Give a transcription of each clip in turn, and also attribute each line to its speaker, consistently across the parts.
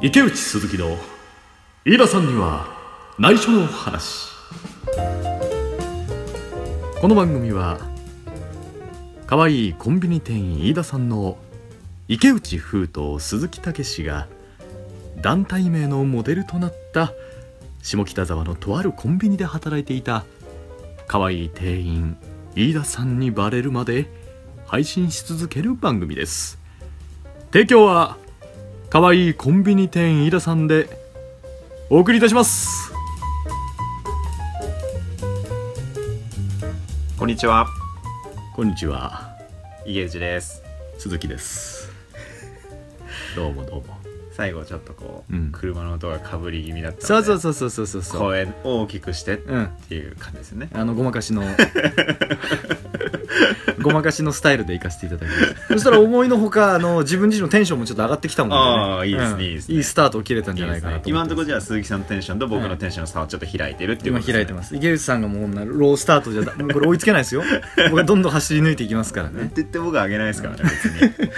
Speaker 1: 池内鈴木の飯田さんには内緒の話この番組は可愛いコンビニ店員飯田さんの池内風と鈴木武氏が団体名のモデルとなった下北沢のとあるコンビニで働いていた可愛い店員飯田さんにバレるまで配信し続ける番組です提供は可愛いコンビニ店員飯田さんでお送りいたします
Speaker 2: こんにちは、
Speaker 1: こんにちは
Speaker 2: 家内です。
Speaker 1: 鈴木ですどうもどうも
Speaker 2: 最後ちょっとこう、
Speaker 1: うん
Speaker 2: 車の音がかぶり気味だったので、
Speaker 1: そうそうそうそうそうそうそう
Speaker 2: 声を大きくしてっ
Speaker 1: うん
Speaker 2: ていう感じですよね。
Speaker 1: あのごまかし のごまかしのスタイルで行かせていただきましたそしたら思いのほかあの自分自身のテンションもちょっと上がってきたもん
Speaker 2: ああいいですね
Speaker 1: うん
Speaker 2: いいですね
Speaker 1: いいスタートを切れたんじゃ
Speaker 2: いい
Speaker 1: な
Speaker 2: で
Speaker 1: い
Speaker 2: す
Speaker 1: かな
Speaker 2: ね
Speaker 1: と
Speaker 2: 今
Speaker 1: 思っ
Speaker 2: の
Speaker 1: て
Speaker 2: とこ
Speaker 1: ます
Speaker 2: ろじゃあ鈴木さんのテンションと僕のテンションの差をちょっと開いてるっていう
Speaker 1: 今
Speaker 2: ことです、ね、
Speaker 1: 開いてます池内さんがもうなロースタートじゃだもうこれ追いつけないですよ僕はどんどん走り抜いていきますから
Speaker 2: なん
Speaker 1: ね
Speaker 2: て言って僕は上げないですからね別に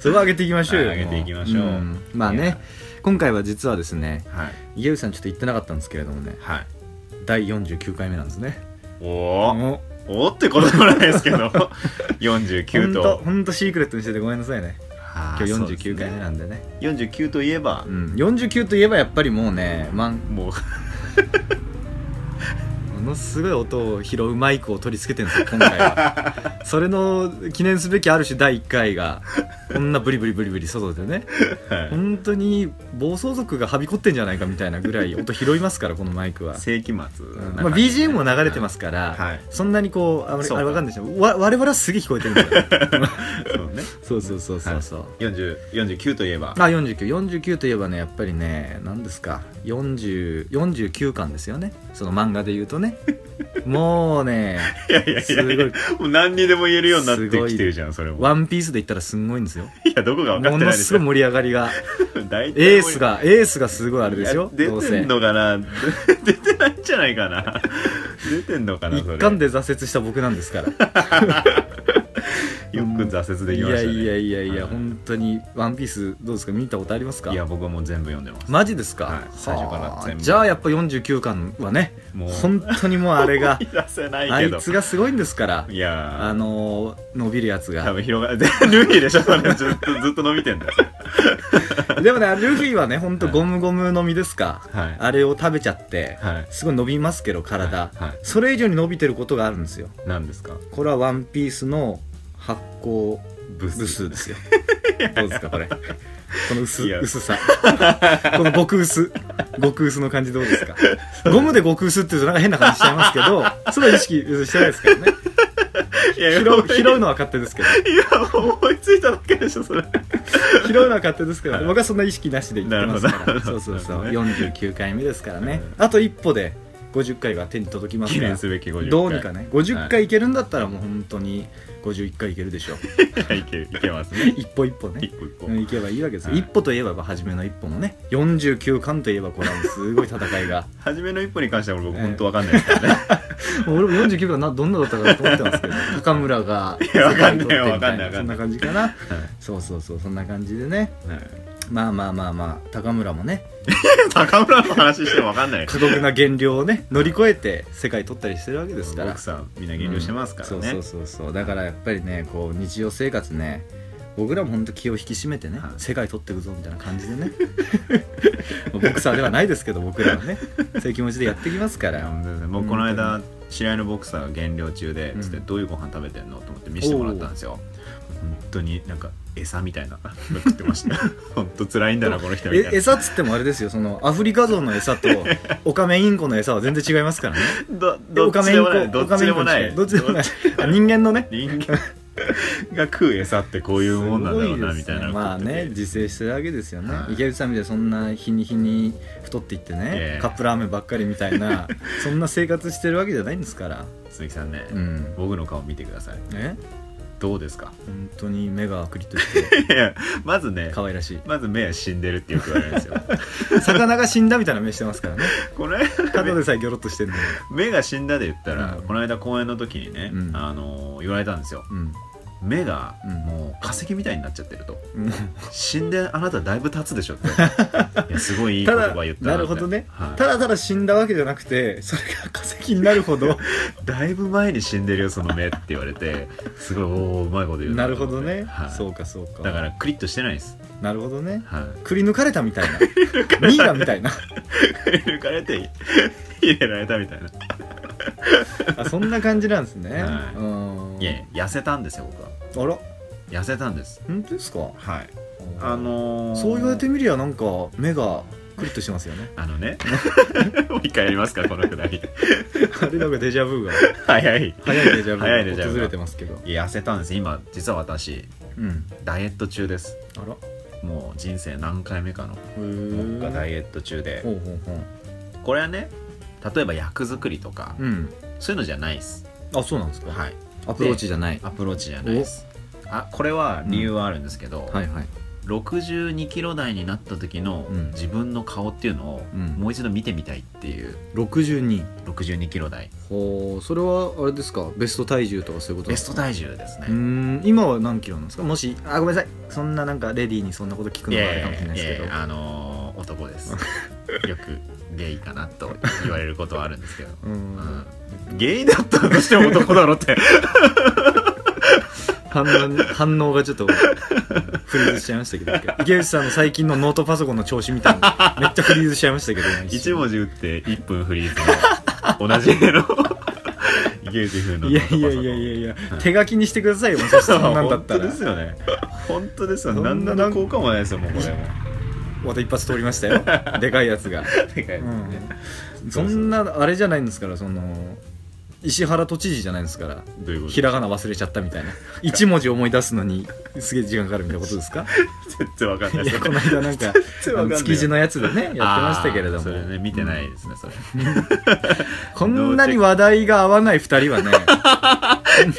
Speaker 1: それは上げていきましょうよ
Speaker 2: はい上げていきましょうん
Speaker 1: まあ
Speaker 2: い
Speaker 1: ね
Speaker 2: や
Speaker 1: 今回は実はですね
Speaker 2: はい
Speaker 1: 池内さんちょっと言ってなかったんですけれどもね
Speaker 2: はい
Speaker 1: 第49回目なんですね
Speaker 2: おお
Speaker 1: も
Speaker 2: おおってこともないですけど49
Speaker 1: うほんと
Speaker 2: と
Speaker 1: ほんとシークレットにしててごめんなさいね
Speaker 2: 今
Speaker 1: 今日49回目なんでね
Speaker 2: 49といえば
Speaker 1: う、ん、49といえばやっぱりもうね、まん、
Speaker 2: もう
Speaker 1: ものすごい音を拾うマイクを取り付けてるんですよ今回は それの記念すべきある種第1回がこんなブリブリブリブリ外でね
Speaker 2: はい
Speaker 1: 本当に暴走族がはびこってんじゃないかみたいなぐらい音拾いますからこのマイクは、
Speaker 2: 世紀末な
Speaker 1: うん
Speaker 2: 感じ、
Speaker 1: まあ、BGM も流れてますすから、
Speaker 2: はい
Speaker 1: そんなにこうあまり
Speaker 2: そう
Speaker 1: あ
Speaker 2: か
Speaker 1: れわかんないでしょわ我々はすげえ聞こえてるんだよ
Speaker 2: そうね
Speaker 1: そうそうそうそうそう、
Speaker 2: 40 49といえば
Speaker 1: あ4949といえばねやっぱりね何ですか40 49巻ですよねその漫画で言うと ねもうね
Speaker 2: いやいやい
Speaker 1: すご
Speaker 2: や
Speaker 1: い
Speaker 2: いやもう何にでも言えるようになってきてるじゃんそれ
Speaker 1: 「
Speaker 2: も
Speaker 1: ワンピースで言ったらすんごいんですよ
Speaker 2: いやどこが分かっ
Speaker 1: も
Speaker 2: て
Speaker 1: の
Speaker 2: ないですす
Speaker 1: ごい
Speaker 2: よ
Speaker 1: 盛り上がりが
Speaker 2: 大体
Speaker 1: エース がエースがすごいあれですよ
Speaker 2: いや
Speaker 1: どう
Speaker 2: 出て
Speaker 1: せ
Speaker 2: んのかな出てないんじゃないかな出てんのかなそれ
Speaker 1: 一巻で挫折した僕なんです から
Speaker 2: よく挫折で
Speaker 1: い
Speaker 2: きま
Speaker 1: や
Speaker 2: したね
Speaker 1: いやいやいや
Speaker 2: はい
Speaker 1: 本当に「ワンピースどうですか見たことありますか
Speaker 2: いや僕はもう全部読んでます
Speaker 1: マジですか、
Speaker 2: はい最初から
Speaker 1: はあ
Speaker 2: 全部
Speaker 1: じゃあやっぱ49巻はね
Speaker 2: もう
Speaker 1: 本当にもうあれが
Speaker 2: 言い出せ な
Speaker 1: あ
Speaker 2: いけ
Speaker 1: い
Speaker 2: ど
Speaker 1: つがすごいんですから
Speaker 2: いやー
Speaker 1: あのー伸びるやつ
Speaker 2: 多
Speaker 1: が
Speaker 2: 分広が ルフィでしょそれずっとずっと伸びてんだよ
Speaker 1: でもねルフィはねほんと
Speaker 2: はい
Speaker 1: ゴムゴム飲みですか、
Speaker 2: はい
Speaker 1: あれを食べちゃって、
Speaker 2: はい
Speaker 1: すごい伸びますけど体、
Speaker 2: はいはい
Speaker 1: それ以上に伸びてることがあるんですよ
Speaker 2: 何ですか
Speaker 1: これは「ワンピースの発酵
Speaker 2: ブス
Speaker 1: ブスです よどうですかこれこの薄
Speaker 2: いや
Speaker 1: 薄さこの極薄極薄の感じどうですかゴムで極薄っていうとなんか変な感じしちゃいますけどそれは意識してないですからね
Speaker 2: いや
Speaker 1: 拾う拾うのは勝手ですけど
Speaker 2: いや思いついただけでしょそれ
Speaker 1: 拾うのは勝手ですけど、僕はそんな意識なしで言ってますか
Speaker 2: な
Speaker 1: ら
Speaker 2: るほ
Speaker 1: そうそ
Speaker 2: ど
Speaker 1: うそう、
Speaker 2: なるほ
Speaker 1: 49回目ですからね、あと一歩で50回が手に届きます
Speaker 2: 記
Speaker 1: から
Speaker 2: 念すべき50回
Speaker 1: どうにかね50回いけるんだったらもう本当に51回いけるでしょう
Speaker 2: はいいけいけますね
Speaker 1: 一歩一歩ね
Speaker 2: 一個一個
Speaker 1: うんいけばいいわけですよ、
Speaker 2: はい
Speaker 1: 一歩といえばやっぱ初めの一歩もね49巻といえばこれはもうすごい戦い が
Speaker 2: 初めの一歩に関しては俺僕
Speaker 1: ええ
Speaker 2: 本当わかんないですからね
Speaker 1: もう俺も49巻などんなだったかなと思ってますけど 高村が
Speaker 2: いやわかんな
Speaker 1: 世界を取って
Speaker 2: い
Speaker 1: みた
Speaker 2: わかんないわかんな
Speaker 1: そんな
Speaker 2: い
Speaker 1: 感じかなそうそうそうそんな感じでね
Speaker 2: はい
Speaker 1: まあまあまあまあ高村もね
Speaker 2: 高村の話してもわかんない
Speaker 1: 過酷な減量をね乗り越えて世界取ったりしてるわけですから
Speaker 2: 奥さんみんな減量してますからね、
Speaker 1: うんそうそうそうそうだからやっぱりねこう日常生活ね僕らも本当気を引き締めてね、
Speaker 2: はい
Speaker 1: 世界取っていくぞみたいな感じでね ボクサーではないですけど僕らはねそういう気持ちでやっていきますか
Speaker 2: いや
Speaker 1: ら
Speaker 2: 本当ですね僕この間知り合いのボクサーが減量中でつってどういうご飯食べてんのと思って見せてもらったんですよ本当になんか餌みたいなの食ってま した本当辛いんだなこの人みた
Speaker 1: え
Speaker 2: いな
Speaker 1: 餌っつってもあれですよそのアフリカゾウの餌とオカメインコの餌は全然違いますからね
Speaker 2: ど
Speaker 1: オ
Speaker 2: どっ
Speaker 1: カメ
Speaker 2: ち
Speaker 1: イ
Speaker 2: で
Speaker 1: ン
Speaker 2: もない
Speaker 1: コ
Speaker 2: ど
Speaker 1: オカ
Speaker 2: っち
Speaker 1: メイ
Speaker 2: で
Speaker 1: ンコの
Speaker 2: もな
Speaker 1: 違
Speaker 2: い
Speaker 1: いどっちでもないあ人間のね
Speaker 2: 人間が食う餌ってこういうもんなんだろうなみたいなの
Speaker 1: まあ
Speaker 2: 食ってて
Speaker 1: ね自制してるわけですよね、
Speaker 2: はい
Speaker 1: 池内さんみたいにそんな日に日に太っていってね、
Speaker 2: ええ
Speaker 1: カップラーメンばっかりみたい なそんな生活してるわけじゃないんですから
Speaker 2: 鈴木さんね、
Speaker 1: うん
Speaker 2: 僕の顔見てください
Speaker 1: ね
Speaker 2: どうですか
Speaker 1: 本当に目がクリッとして
Speaker 2: いやまずね
Speaker 1: 可愛 らしい
Speaker 2: まず目は死んでるってよく言われる んですよ
Speaker 1: 魚が死んだみたいな目してますからね
Speaker 2: この間
Speaker 1: た
Speaker 2: ね
Speaker 1: だでさえギョロッとしてるのに、
Speaker 2: 目が死んだで言ったら、
Speaker 1: うん
Speaker 2: この間公演の時にね、
Speaker 1: うん
Speaker 2: あのー言われたんですよ
Speaker 1: うん、
Speaker 2: 目が
Speaker 1: うん
Speaker 2: もう化石みたいになっちゃっ てると
Speaker 1: うん
Speaker 2: 死んであなただいぶ経つでしょっ ていやすごいいい言葉言っ
Speaker 1: た
Speaker 2: た
Speaker 1: だなるほどね、
Speaker 2: はい
Speaker 1: ただただ死んだわけじゃなくてそれが化石になるほど
Speaker 2: だいぶ前に死んでるよその目って言われてすごいおおうまいこと言う
Speaker 1: なる
Speaker 2: と
Speaker 1: ほど
Speaker 2: 思って
Speaker 1: ね、
Speaker 2: はい
Speaker 1: そうかそうか
Speaker 2: だからクリッとしてないです
Speaker 1: なるほどね
Speaker 2: はい
Speaker 1: くり抜かれたみ たいなミイラみたいな
Speaker 2: 抜かれて 入れられたみたいな
Speaker 1: あそんな感じなんですね、
Speaker 2: はい
Speaker 1: うん
Speaker 2: いや痩せたんですよ僕は
Speaker 1: あら
Speaker 2: 痩せたんです
Speaker 1: 本当ですか
Speaker 2: はいあのー、
Speaker 1: そう言われてみりゃなんか目がクリッとしてますよね
Speaker 2: あのね もう一回やりますかこのくだり
Speaker 1: あれなんかデジャブが
Speaker 2: 早い
Speaker 1: 早いデジャブ
Speaker 2: 早いデジャ
Speaker 1: が
Speaker 2: ブが
Speaker 1: 訪れてますけど
Speaker 2: いや痩せたんです今実は私
Speaker 1: うん
Speaker 2: ダイエット中です
Speaker 1: あらへ
Speaker 2: もう人生何回目かの僕がダイ
Speaker 1: え
Speaker 2: エット中で
Speaker 1: ほうほうほう
Speaker 2: これはね例えば役作りとか、
Speaker 1: うん
Speaker 2: そういうのじゃないです
Speaker 1: あそうなんですか
Speaker 2: はい
Speaker 1: アプローチじゃない
Speaker 2: アプローチじゃないですあこれは理由はあるんですけど、
Speaker 1: はいはい
Speaker 2: 62キロ台になった時の
Speaker 1: うん
Speaker 2: 自分の顔っていうのを
Speaker 1: うん
Speaker 2: もう一度見てみたいっていう
Speaker 1: 62
Speaker 2: 62キロ台
Speaker 1: ほうそれはあれですかベスト体重とかそういうこと
Speaker 2: ベス
Speaker 1: ト
Speaker 2: ト体重ですね、
Speaker 1: うーん今は何キロなんですかもしあごめんなさいそんななんかレディーにそんなこと聞く
Speaker 2: い
Speaker 1: のもあ
Speaker 2: やい
Speaker 1: れか
Speaker 2: や
Speaker 1: もしれない
Speaker 2: い
Speaker 1: ですけ
Speaker 2: や
Speaker 1: ど
Speaker 2: あのー男です よくゲイかな と言われることはあるんですけど、
Speaker 1: う
Speaker 2: うんん、ゲイだったとしても男だろって
Speaker 1: 反応反応がちょっとフリーズしちゃいましたけど池内さんの最近のノートパソコンの調子みたいなめっちゃフリーズしちゃいましたけど
Speaker 2: 一文字打って1分フリーズの同じ絵のゲイという風の
Speaker 1: いやいやいやいやいや
Speaker 2: はい
Speaker 1: 手書きにしてくださいよもうそ そんなんだっ
Speaker 2: 本
Speaker 1: た
Speaker 2: 当
Speaker 1: ら
Speaker 2: ですよね本当ですよ
Speaker 1: そんな
Speaker 2: 何の効果もないですよもうこれ も
Speaker 1: また一発通りましたよでかいやつが、
Speaker 2: でかいですね
Speaker 1: うんそんなあれじゃないんですからその石原都知事じゃないんですから
Speaker 2: どういうこと
Speaker 1: ひらがな忘れちゃったみたいな一文字思い出すのにすげえ時間かかるみたいなことですか
Speaker 2: 全然わかんない
Speaker 1: い
Speaker 2: です
Speaker 1: やこの間なんか
Speaker 2: 然わ
Speaker 1: あ
Speaker 2: かん
Speaker 1: の
Speaker 2: ない
Speaker 1: 築地のやつでねやってましたけれど
Speaker 2: あー
Speaker 1: も
Speaker 2: それね見てないですねそれ
Speaker 1: こんなに話題が合わない二人はね こんな珍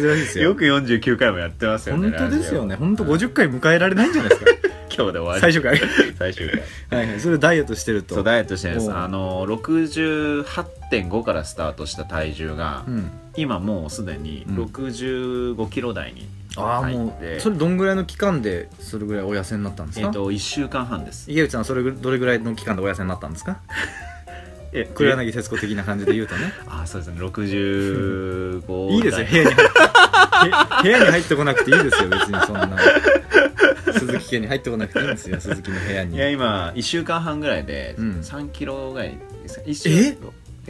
Speaker 1: しいですよ
Speaker 2: よく49回もやってますよね
Speaker 1: 本当ですよね
Speaker 2: ラジ
Speaker 1: 本当50回迎えられないんじゃない ですか
Speaker 2: オ今日で終わり
Speaker 1: 最初から
Speaker 2: 最終回
Speaker 1: はいはいそれダイエットしてると
Speaker 2: そうダイエットしてるんで
Speaker 1: おう
Speaker 2: すあの68.5からスタートした体重が、
Speaker 1: うん、
Speaker 2: 今もうすでに
Speaker 1: うん
Speaker 2: 65キロ台に
Speaker 1: ああ
Speaker 2: 入
Speaker 1: も
Speaker 2: っ
Speaker 1: う
Speaker 2: て、
Speaker 1: それどんぐらいの期間でそれぐらいお痩せになったんです
Speaker 2: え
Speaker 1: か、
Speaker 2: っと1週間半です
Speaker 1: 池内さんはそれぐどれぐらいの期間でお痩せになったんですか
Speaker 2: え
Speaker 1: 黒柳徹子的な感じで言うと ね
Speaker 2: あーそうですね65
Speaker 1: いいですよ部屋に入ってへ部屋に入ってこなくていいですよ別にそん な鈴木家に入ってこなくていいんですよ鈴木の部屋
Speaker 2: い
Speaker 1: に
Speaker 2: や今1週間半ぐらいで
Speaker 1: うん
Speaker 2: 3キロぐらいですか一
Speaker 1: え
Speaker 2: 週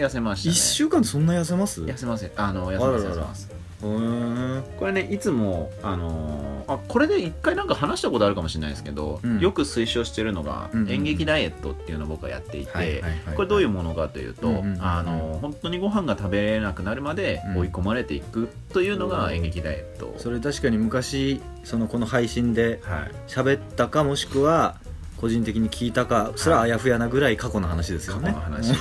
Speaker 2: 痩せました
Speaker 1: 1
Speaker 2: ね
Speaker 1: 週間でそんな痩せます
Speaker 2: 痩せませんあの痩せます
Speaker 1: あら
Speaker 2: 痩
Speaker 1: らら
Speaker 2: せます
Speaker 1: うーん
Speaker 2: これねいつもあのーあこれで一回なんか話したことあるかもしれないですけど、
Speaker 1: うん
Speaker 2: よく推奨してるのが、
Speaker 1: うんうんうん
Speaker 2: 演劇ダイエットっていうのを僕はやっていて、
Speaker 1: はいはいはい
Speaker 2: これどういうものかというと、
Speaker 1: うんうんうん
Speaker 2: あのー本当にご飯が食べれなくなるまで
Speaker 1: うん
Speaker 2: 追い込まれていくというの
Speaker 1: う
Speaker 2: が
Speaker 1: ん
Speaker 2: 演劇ダイエット、
Speaker 1: それ確かに昔そのこの配信で
Speaker 2: はい
Speaker 1: 喋ったかもしくは個人的に聞いたかすらあやふやなぐらい過去の話ですよ
Speaker 2: 過去
Speaker 1: ね
Speaker 2: の 話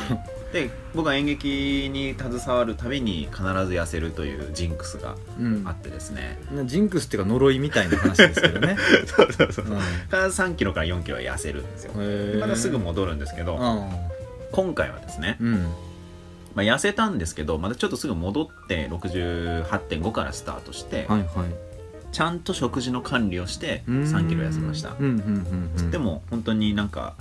Speaker 2: で僕は演劇に携わるたびに必ず痩せるというジンクスが
Speaker 1: うん
Speaker 2: あってですね、
Speaker 1: ジンクスっていうか呪いみたいな話ですけど ね、
Speaker 2: そうそうそう
Speaker 1: うん
Speaker 2: 必ず3キロから4キロは痩せるんですよ
Speaker 1: へえ
Speaker 2: またすぐ戻るんですけど、今回はですね、
Speaker 1: うんうん
Speaker 2: まあ、痩せたんですけどまたちょっとすぐ戻って68.5からスタートして、
Speaker 1: はいはい
Speaker 2: ちゃんと食事の管理をして
Speaker 1: うーん
Speaker 2: 3キロ痩せました
Speaker 1: うんうんうんうん
Speaker 2: でも本当になんか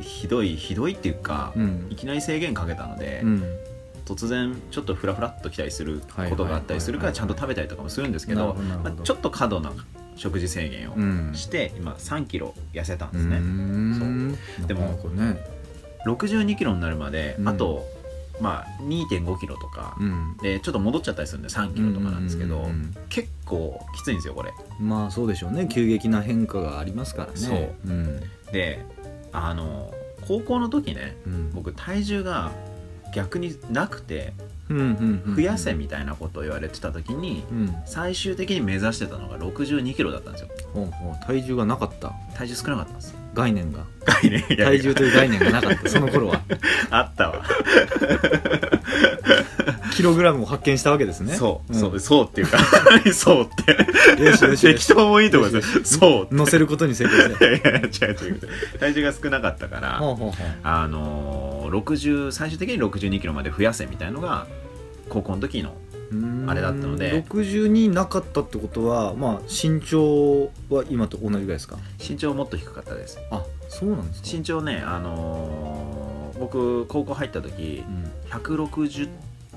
Speaker 2: ひどいひどいっていうか、
Speaker 1: うん
Speaker 2: いきなり制限かけたので、
Speaker 1: うん
Speaker 2: 突然ちょっとフラフラっときたりすることがあったりするか
Speaker 1: は
Speaker 2: ら
Speaker 1: い
Speaker 2: ちゃんと食べたりとかもするんですけ
Speaker 1: なる
Speaker 2: ど
Speaker 1: ほどなるほ
Speaker 2: ま
Speaker 1: ど
Speaker 2: あちょっと過度な食事制限
Speaker 1: う
Speaker 2: を
Speaker 1: ん
Speaker 2: して今3キロ痩せたん
Speaker 1: う
Speaker 2: ですね、
Speaker 1: ん
Speaker 2: うで
Speaker 1: な
Speaker 2: も
Speaker 1: んかね
Speaker 2: 62キロになるまで、
Speaker 1: うん
Speaker 2: あと、まあ、2.5キロとか、
Speaker 1: うん
Speaker 2: でちょっと戻っちゃったりするんで3キロとかなんですけど、
Speaker 1: うううん
Speaker 2: 結構きついんですよこれ
Speaker 1: うんまあそうでしょうね急激な変化がありますからね
Speaker 2: そう
Speaker 1: うん
Speaker 2: であの高校の時ね
Speaker 1: うん
Speaker 2: 僕体重が逆になくて
Speaker 1: うんうんうん
Speaker 2: 増やせみたいなことを言われてた時に、
Speaker 1: うん
Speaker 2: 最終的に目指してたのが62キロだったんですよ
Speaker 1: ほうほう体重がなかった
Speaker 2: 体重少なかったんです
Speaker 1: 概念が
Speaker 2: 概念が
Speaker 1: 体重 という概念がなか ったその頃は
Speaker 2: あったわ、
Speaker 1: キログラムを発見したわけですね
Speaker 2: そう、
Speaker 1: ん
Speaker 2: そうそうっていう かそうって
Speaker 1: よしよしよ
Speaker 2: 適
Speaker 1: し
Speaker 2: 当もいいと思いますそう
Speaker 1: 乗せることに成功し
Speaker 2: い
Speaker 1: て
Speaker 2: やいや違う違う体重が少なかったから、
Speaker 1: ほうほうほう
Speaker 2: あのー60最終的に6 2キロまで増やせみたいのが高校の時のあれだったので
Speaker 1: 62なかったってことは、まあ、身長は今と同じぐらいですか
Speaker 2: 身長もっと低かったです
Speaker 1: あそうなんですか
Speaker 2: 身長ねあのー僕高校入った時160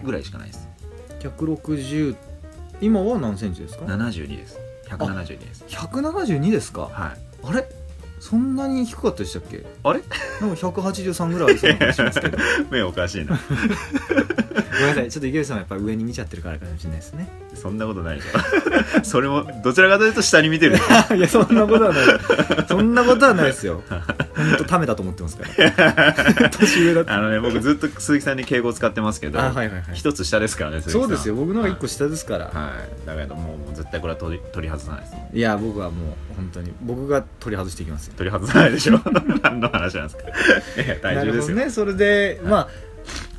Speaker 2: ぐらいしかないです
Speaker 1: 160今は何センチですか
Speaker 2: 72です172です
Speaker 1: 172ですか
Speaker 2: はい
Speaker 1: あれそんなに低かったでしたっけ
Speaker 2: あれ
Speaker 1: なんか183ぐらいありそうな気がしますけど
Speaker 2: 目おかしいな
Speaker 1: ごめんなさいちょっと池内さんはやっぱり上に見ちゃってるからかもしれないですね
Speaker 2: そんなことないでしょ それもどちらかというと下 に見てる
Speaker 1: いやそんなことは ないそんなことはないですよ本当ためだと思ってますから年上だって
Speaker 2: あのね僕ずっと鈴木さんに敬語使ってますけ ど
Speaker 1: あはいはいはい
Speaker 2: 一つ下ですからね鈴木さ
Speaker 1: そ
Speaker 2: ん
Speaker 1: うですよ僕の方が1個下ですから、
Speaker 2: はいだけどもうもう絶対これは取り取り外さないです
Speaker 1: い、や僕はもう本当に僕が取り外していきますよ
Speaker 2: 取り外さないで しょ何の話なんですかいや体重
Speaker 1: なる
Speaker 2: ですよ、
Speaker 1: ほどねそれで、
Speaker 2: はい
Speaker 1: まあ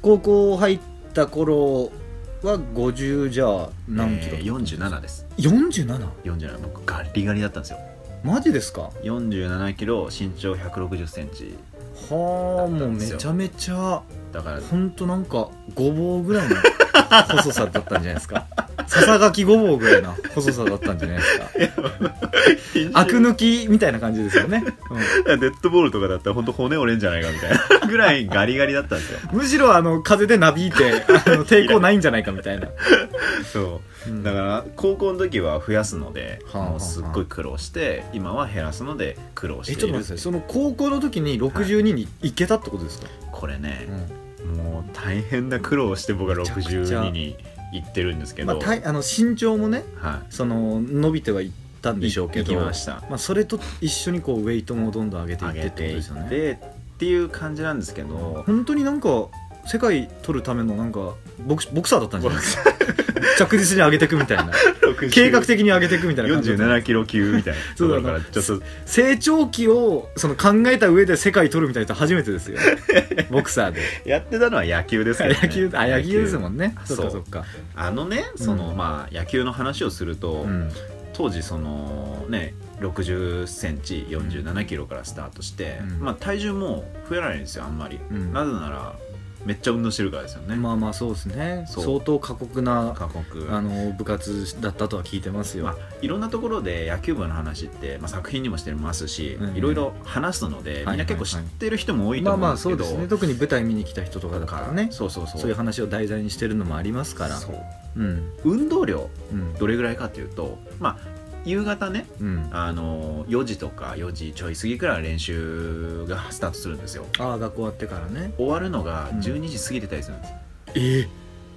Speaker 1: 高校入った頃は50じゃあ何キロ、
Speaker 2: えー、47です
Speaker 1: 47?
Speaker 2: 47僕ガリガリだったんですよ
Speaker 1: マジですかは
Speaker 2: 47キロ身長160センチ
Speaker 1: あもうめちゃめちゃ
Speaker 2: だ から
Speaker 1: ほんとなんかごぼうぐ らいの細さだったんじゃないですかささがきごぼうぐらいな細さだったんじゃないです かアク抜きみたいな感じですよね、う
Speaker 2: デッドボールとかだったら本当骨折れんじゃないかみたいな ぐらいガリガリだったんですよ
Speaker 1: んむしろあの風でなびいてあの抵抗ないんじゃないかみたいな、
Speaker 2: そううんだから高校の時は増やすので、
Speaker 1: はあはあはあ
Speaker 2: もうすっごい苦労して今は減らすので苦労し
Speaker 1: え
Speaker 2: ている
Speaker 1: ちょっと待ってくださいその高校の時に62に行けたってことですか、
Speaker 2: これね
Speaker 1: う、ん
Speaker 2: もう大変な苦労をして僕は
Speaker 1: めちゃくちゃ
Speaker 2: 62に行ってるんですけ
Speaker 1: まあ、
Speaker 2: ど、
Speaker 1: たいあの身長もね
Speaker 2: は
Speaker 1: その伸びてはいったん
Speaker 2: い
Speaker 1: でしょうけ
Speaker 2: 行
Speaker 1: ど
Speaker 2: きました
Speaker 1: まあ、それと一緒にこうウェイトもどんどん上げてい
Speaker 2: 上
Speaker 1: って
Speaker 2: げ
Speaker 1: ってこと
Speaker 2: てい
Speaker 1: で
Speaker 2: っ
Speaker 1: すよね
Speaker 2: てっていう感じなんですけ ど、
Speaker 1: 本当になんか世界取るためのなんかボクボクサーだったんじゃないですか着実に上げていくみたい な計画的に上げていくみたいな感じだった
Speaker 2: 47キロ級みたいなところからちょっ
Speaker 1: そ
Speaker 2: と
Speaker 1: 成長期をその考えた上で世界取るみたいな人初めて ですよボクサーで
Speaker 2: やってたのは野球ですけど、ね、
Speaker 1: 野球あ野球ですもんね
Speaker 2: 野
Speaker 1: そ
Speaker 2: 球
Speaker 1: っかそっか
Speaker 2: あのねその、
Speaker 1: うん
Speaker 2: まあ野球の話をすると、
Speaker 1: うん
Speaker 2: 当時そのね60センチ47キロからスタートして、
Speaker 1: うん
Speaker 2: まあ体重も増えられないんですよあんまり、
Speaker 1: うん
Speaker 2: なぜならめっちゃ運動してるからですよね、
Speaker 1: まあまあそうですね
Speaker 2: そう
Speaker 1: 相当過酷な
Speaker 2: 過酷
Speaker 1: あの部活だったとは聞いてますよ、
Speaker 2: まあ、いろんなところで野球部の話って、まあ、作品にもしてますし、
Speaker 1: うん
Speaker 2: いろいろ話すので
Speaker 1: はい
Speaker 2: みん
Speaker 1: はいはい
Speaker 2: な結構知ってる人も多いと
Speaker 1: まあ
Speaker 2: 思
Speaker 1: ま
Speaker 2: うん
Speaker 1: あ
Speaker 2: です
Speaker 1: そ
Speaker 2: け
Speaker 1: う
Speaker 2: ど、
Speaker 1: ですね特に舞台見に来た人とかだ
Speaker 2: だ
Speaker 1: か
Speaker 2: からら
Speaker 1: ね
Speaker 2: そうそうそう
Speaker 1: そういう話を題材にしてるのもありますから
Speaker 2: そう
Speaker 1: うん
Speaker 2: 運動量
Speaker 1: うん
Speaker 2: どれぐらいかというと、まあ、夕方ね
Speaker 1: うん
Speaker 2: あの4時とか4時ちょい過ぎくらい練習がスタートするんですよ
Speaker 1: ああ学校終わってからね
Speaker 2: 終わるのが
Speaker 1: うん
Speaker 2: 12時過ぎてたりするんです、
Speaker 1: え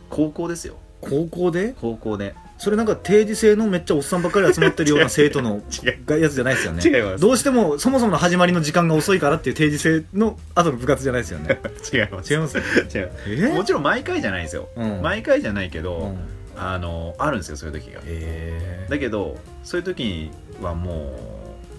Speaker 2: 高校ですよ
Speaker 1: 高校で
Speaker 2: 高校で
Speaker 1: それなんか定時制のめっちゃおっさんばっかり集まってるような生徒の
Speaker 2: 違う
Speaker 1: がやつじゃないですよね
Speaker 2: 違います
Speaker 1: どうしてもそもそもの始まりの時間が遅いからっていう定時制の後の部活じゃないですよ ね
Speaker 2: 違いま
Speaker 1: 違います
Speaker 2: 違う
Speaker 1: え
Speaker 2: もちろん毎回じゃないですよ、
Speaker 1: うん
Speaker 2: 毎回じゃないけど、
Speaker 1: うん
Speaker 2: あのあるんですよそういう時が
Speaker 1: え
Speaker 2: だけどそういう時はも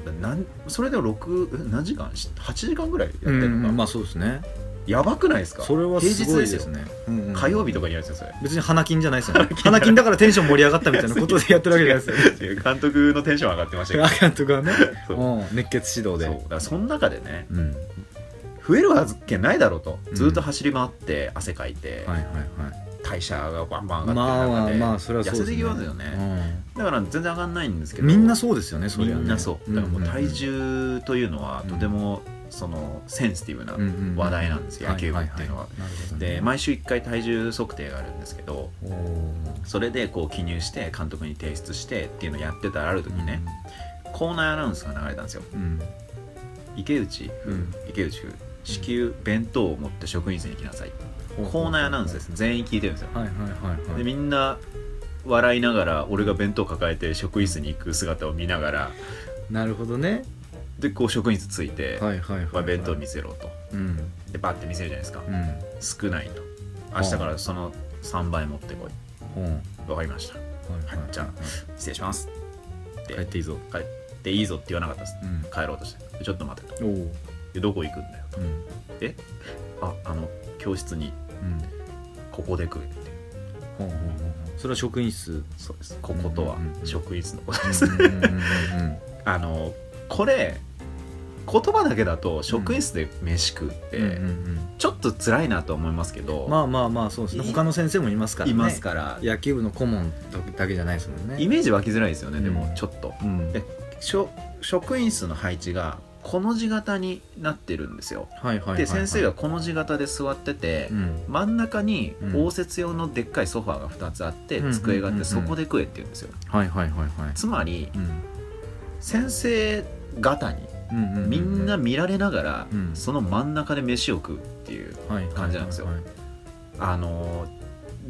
Speaker 2: うなんそれで6何時間し8時間ぐらいやって
Speaker 1: う
Speaker 2: るのか、
Speaker 1: んまあそうですね
Speaker 2: やばくないですか
Speaker 1: それはすごいで
Speaker 2: 平
Speaker 1: す
Speaker 2: 日
Speaker 1: ねうんうん
Speaker 2: 火曜日とかにやるんですよ
Speaker 1: 別に花金じゃないですよね花金だからテンション盛り上がったみたいなことでやってるわけじゃないですよ ね
Speaker 2: それ監督のテンション上がってましたけど
Speaker 1: アカンとかね
Speaker 2: そう
Speaker 1: うん熱血指導
Speaker 2: そう
Speaker 1: で
Speaker 2: だからその中でね
Speaker 1: うん
Speaker 2: 増えるわけないだろうと
Speaker 1: うん
Speaker 2: ずっと走り回って汗かいて、
Speaker 1: はいはいはい
Speaker 2: 代謝がバンバ
Speaker 1: まあ
Speaker 2: ン上が
Speaker 1: ま
Speaker 2: って
Speaker 1: あ
Speaker 2: る中で、
Speaker 1: まあそれはそう
Speaker 2: 痩せてきますよね、
Speaker 1: ね
Speaker 2: だから全然上がんないんです
Speaker 1: う
Speaker 2: けど
Speaker 1: んみんなそうですよねそ
Speaker 2: み
Speaker 1: れはね
Speaker 2: んなそうだからもう体
Speaker 1: ん
Speaker 2: 重というのはとてもそのセンシティブな
Speaker 1: うんうんうん
Speaker 2: 話題なんですよ野球部っていうのは
Speaker 1: は。いいいなるほどね
Speaker 2: で毎週1回体重測定があるんですけど
Speaker 1: おー
Speaker 2: それでこう記入して監督に提出してっていうのをやってたらある時ね校内アナウンスが流れたんですよ
Speaker 1: うん
Speaker 2: 池内
Speaker 1: うん
Speaker 2: 池内至急弁当を持って職員室に来なさい校内アナウンスです全員聞いてるんですよ
Speaker 1: はいはいはいは
Speaker 2: で
Speaker 1: い
Speaker 2: みんな笑いながら俺が弁当抱えて職員室に行く姿を見ながら
Speaker 1: なるほどね
Speaker 2: でこう職員室着いて
Speaker 1: はいはい
Speaker 2: ま
Speaker 1: は
Speaker 2: あ
Speaker 1: い
Speaker 2: 弁当見せろと
Speaker 1: うん
Speaker 2: でバッて見せるじゃないですか
Speaker 1: うん
Speaker 2: 少ないと明日からその3倍持ってこい
Speaker 1: うんはい
Speaker 2: わかりました
Speaker 1: はいはい
Speaker 2: じゃ失礼します
Speaker 1: 帰っていいぞ
Speaker 2: でいいぞって言わなかったです
Speaker 1: うん
Speaker 2: 帰ろうとしてでちょっと待てと
Speaker 1: おー
Speaker 2: でどこ行くんだよと
Speaker 1: うん
Speaker 2: えああの教室に
Speaker 1: うん
Speaker 2: ここで来るって
Speaker 1: ほうほうほうほうそれは職員室
Speaker 2: そうですこことは
Speaker 1: うんうんうん
Speaker 2: 職員室のことです
Speaker 1: うんうんうんうんうん
Speaker 2: あのこれ言葉だけだと職員室 で飯食うって、
Speaker 1: うんうん
Speaker 2: ちょっと辛いなとは思いますけど、
Speaker 1: うんまあまあまあそうですね
Speaker 2: い
Speaker 1: 他の先生もいますからね
Speaker 2: いますから、
Speaker 1: 野球部の顧問だけじゃないですもんね
Speaker 2: イメージ湧きづらいですよね、でも
Speaker 1: うん
Speaker 2: ちょっと
Speaker 1: うん
Speaker 2: えしょ職員室の配置がこの字型になってるんですよ
Speaker 1: はいはいはいはい
Speaker 2: で先生がこの字型で座ってて、
Speaker 1: うん
Speaker 2: 真ん中に
Speaker 1: うん
Speaker 2: 応接用のでっかいソファーが2つあって、
Speaker 1: うん
Speaker 2: 机があっ
Speaker 1: うんうんうんう
Speaker 2: て
Speaker 1: ん
Speaker 2: そこで食えって言うんですよ、
Speaker 1: はいはいはいはい
Speaker 2: つまり
Speaker 1: うん
Speaker 2: 先生方に
Speaker 1: うんうう
Speaker 2: みんな見られながら、
Speaker 1: うん
Speaker 2: その真ん中で飯を食うっていう
Speaker 1: はい
Speaker 2: 感じなんですよ
Speaker 1: はいはい
Speaker 2: あの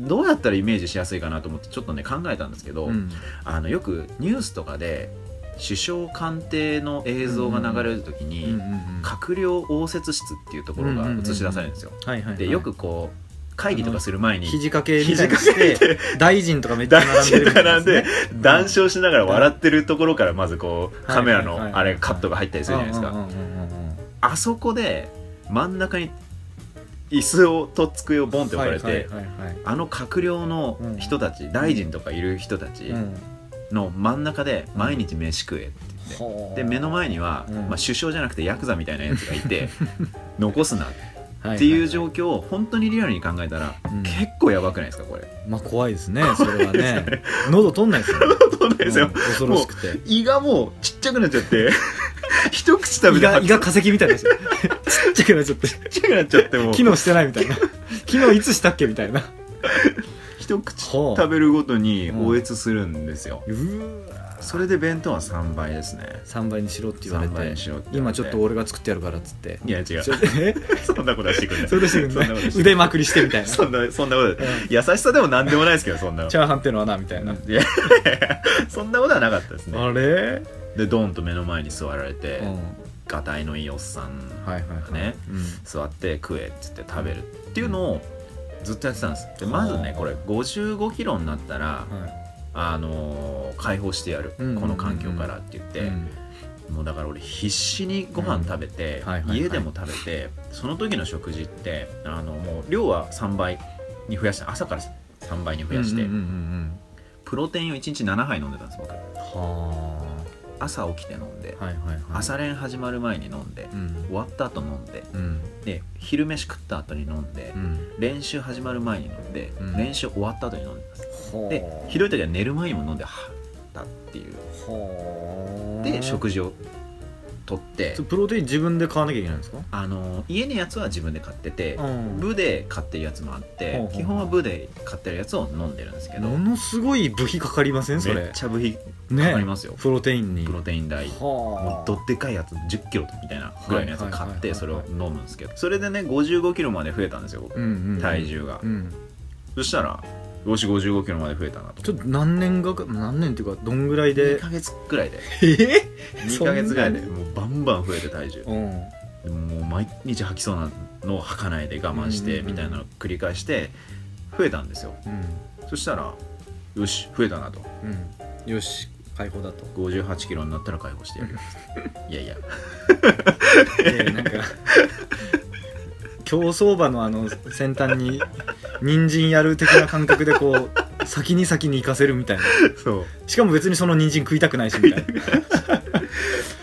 Speaker 2: ーどうやったらイメージしやすいかなと思ってちょっとね考えたんですけど、
Speaker 1: はいうん
Speaker 2: あのよくニュースとかで首相官邸の映像が流れる時に、
Speaker 1: うんうんうん
Speaker 2: 閣僚応接室っていうところが映し出されるんですよ。
Speaker 1: はいはいはい
Speaker 2: でよくこう会議とかする前に
Speaker 1: 肘掛けみたいにして大臣とかめっちゃ
Speaker 2: 男
Speaker 1: 並んで
Speaker 2: 子
Speaker 1: るみた
Speaker 2: とか
Speaker 1: いな
Speaker 2: な
Speaker 1: や
Speaker 2: ん
Speaker 1: つね
Speaker 2: で談笑しながら笑ってるところからまずこうカメラ
Speaker 1: はいはい
Speaker 2: の
Speaker 1: は
Speaker 2: あ
Speaker 1: いはい
Speaker 2: れカットが入ったりするじゃないです
Speaker 1: うんう
Speaker 2: か
Speaker 1: んうんうんうん
Speaker 2: あそこで真ん中に椅子をと机をボンって置かれ
Speaker 1: はい
Speaker 2: て
Speaker 1: はいはいはい
Speaker 2: あの閣僚の人たち大臣とかいる人たち
Speaker 1: うん
Speaker 2: の真ん中で毎日飯食えって言って
Speaker 1: ほう
Speaker 2: で目の前には
Speaker 1: うん
Speaker 2: まあ首相じゃなくてヤクザみたいなやつがい て残すな
Speaker 1: は
Speaker 2: っていう
Speaker 1: は
Speaker 2: 状況を本当にリアルに考えたら、
Speaker 1: うん
Speaker 2: 結構やばくないですかこれ
Speaker 1: いまあ怖いですねそれはね 喉取んないですよ
Speaker 2: そうなんですよ、
Speaker 1: うん恐ろしくて
Speaker 2: 胃がもうちっちゃくなっちゃって 一口食べ
Speaker 1: 胃
Speaker 2: て
Speaker 1: が
Speaker 2: 吐
Speaker 1: 胃
Speaker 2: きち
Speaker 1: が化石みたいですよちっちゃくなっちゃって
Speaker 2: っちゃくなっちゃってもう
Speaker 1: 機能してないみたいな機能いつしたっけみたいな
Speaker 2: 一口
Speaker 1: ほう
Speaker 2: 食べるごとに
Speaker 1: うん
Speaker 2: 応越するんですよ、
Speaker 1: うーわ
Speaker 2: それで弁当は3倍ですね
Speaker 1: 3倍にしろって言われ
Speaker 2: 三倍に
Speaker 1: て
Speaker 2: しろって言
Speaker 1: 今
Speaker 2: われて
Speaker 1: ちょっと俺が作ってやるからっつって
Speaker 2: いや違う
Speaker 1: ち
Speaker 2: そ
Speaker 1: ょえ
Speaker 2: んなことはしてくれない
Speaker 1: それでしてくん
Speaker 2: そんなこと
Speaker 1: ね
Speaker 2: してくれ
Speaker 1: 腕まくりしてみたいな
Speaker 2: そんなそんなこと
Speaker 1: う
Speaker 2: 優しさでも何でもないですけどそんなの
Speaker 1: チャーハンってのはなみたいない
Speaker 2: やいやいやそんなことはなかったですね
Speaker 1: あれ
Speaker 2: でドンと目の前に座られて、
Speaker 1: うん
Speaker 2: ガタイのいいおっさん
Speaker 1: はいはいはい
Speaker 2: ね
Speaker 1: うん
Speaker 2: 座って食えっつって食べるっていうのをずっとやってたんですでまずねこれ55キロになったら、
Speaker 1: はい
Speaker 2: あのー解放してやる、
Speaker 1: うん
Speaker 2: この環境からって言って、
Speaker 1: うん
Speaker 2: もうだから俺必死にご飯食べて、
Speaker 1: うんはいはいはい
Speaker 2: 家でも食べてその時の食事ってあのもう量は3倍に増やして朝から3倍に増やして、
Speaker 1: うんうんうんうん
Speaker 2: プロテインを1日7杯飲んでたんです僕
Speaker 1: は
Speaker 2: 朝起きて飲んで
Speaker 1: あはいはいはい
Speaker 2: 朝練始まる前に飲んで
Speaker 1: うん
Speaker 2: 終わった後飲んで
Speaker 1: うん
Speaker 2: で昼飯食った後に飲んで、
Speaker 1: うん
Speaker 2: 練習始まる前に飲んで、
Speaker 1: うん
Speaker 2: 練習終わった後に飲んでます
Speaker 1: ほう
Speaker 2: でひどい時は寝る前にも飲んではったっていう
Speaker 1: ほう
Speaker 2: で食事をとって
Speaker 1: それプロテイン自分で買わなきゃいけないんですか
Speaker 2: あの家のやつは自分で買ってて
Speaker 1: うん
Speaker 2: 部で買ってるやつもあっ
Speaker 1: ほう
Speaker 2: て
Speaker 1: ほう
Speaker 2: 基本は部で買ってるやつを飲んでるんですけど
Speaker 1: ものすごい部費かかりませんそれ
Speaker 2: めっちゃ部費
Speaker 1: ね
Speaker 2: かかりますよ
Speaker 1: プロテインに
Speaker 2: プロテイン代も
Speaker 1: は
Speaker 2: うどっでかいやつ1 0キロみたいなぐらいのやつを買っ
Speaker 1: はいはいはいは
Speaker 2: て
Speaker 1: い
Speaker 2: それを飲むんですけどそれでね5 5キロまで増えたんですよ僕
Speaker 1: うんうんうん
Speaker 2: 体重が
Speaker 1: うん
Speaker 2: そしたらよし5 5キロまで増えたなと
Speaker 1: ちょっと何年がか何年っていうかどんぐらい
Speaker 2: 2
Speaker 1: で
Speaker 2: ヶ月くらいで
Speaker 1: ええ
Speaker 2: 2ヶ月ぐらいでもうバンバン増えて体重
Speaker 1: うん
Speaker 2: でももう毎日吐きそうなのを吐かないで我慢し
Speaker 1: うんう
Speaker 2: て
Speaker 1: んうん
Speaker 2: みたいなのを繰り返して増えたんですよ
Speaker 1: う
Speaker 2: そしたらよし増えたなと
Speaker 1: んうんよし解放だと
Speaker 2: 5 8キロになったら解放してやる よいやいや
Speaker 1: でなんか競走馬のあの先端に人参やる的な感覚でこう先に先に行かせるみたいな
Speaker 2: そう
Speaker 1: しかも別にその人参食いたくないしみたいな
Speaker 2: だか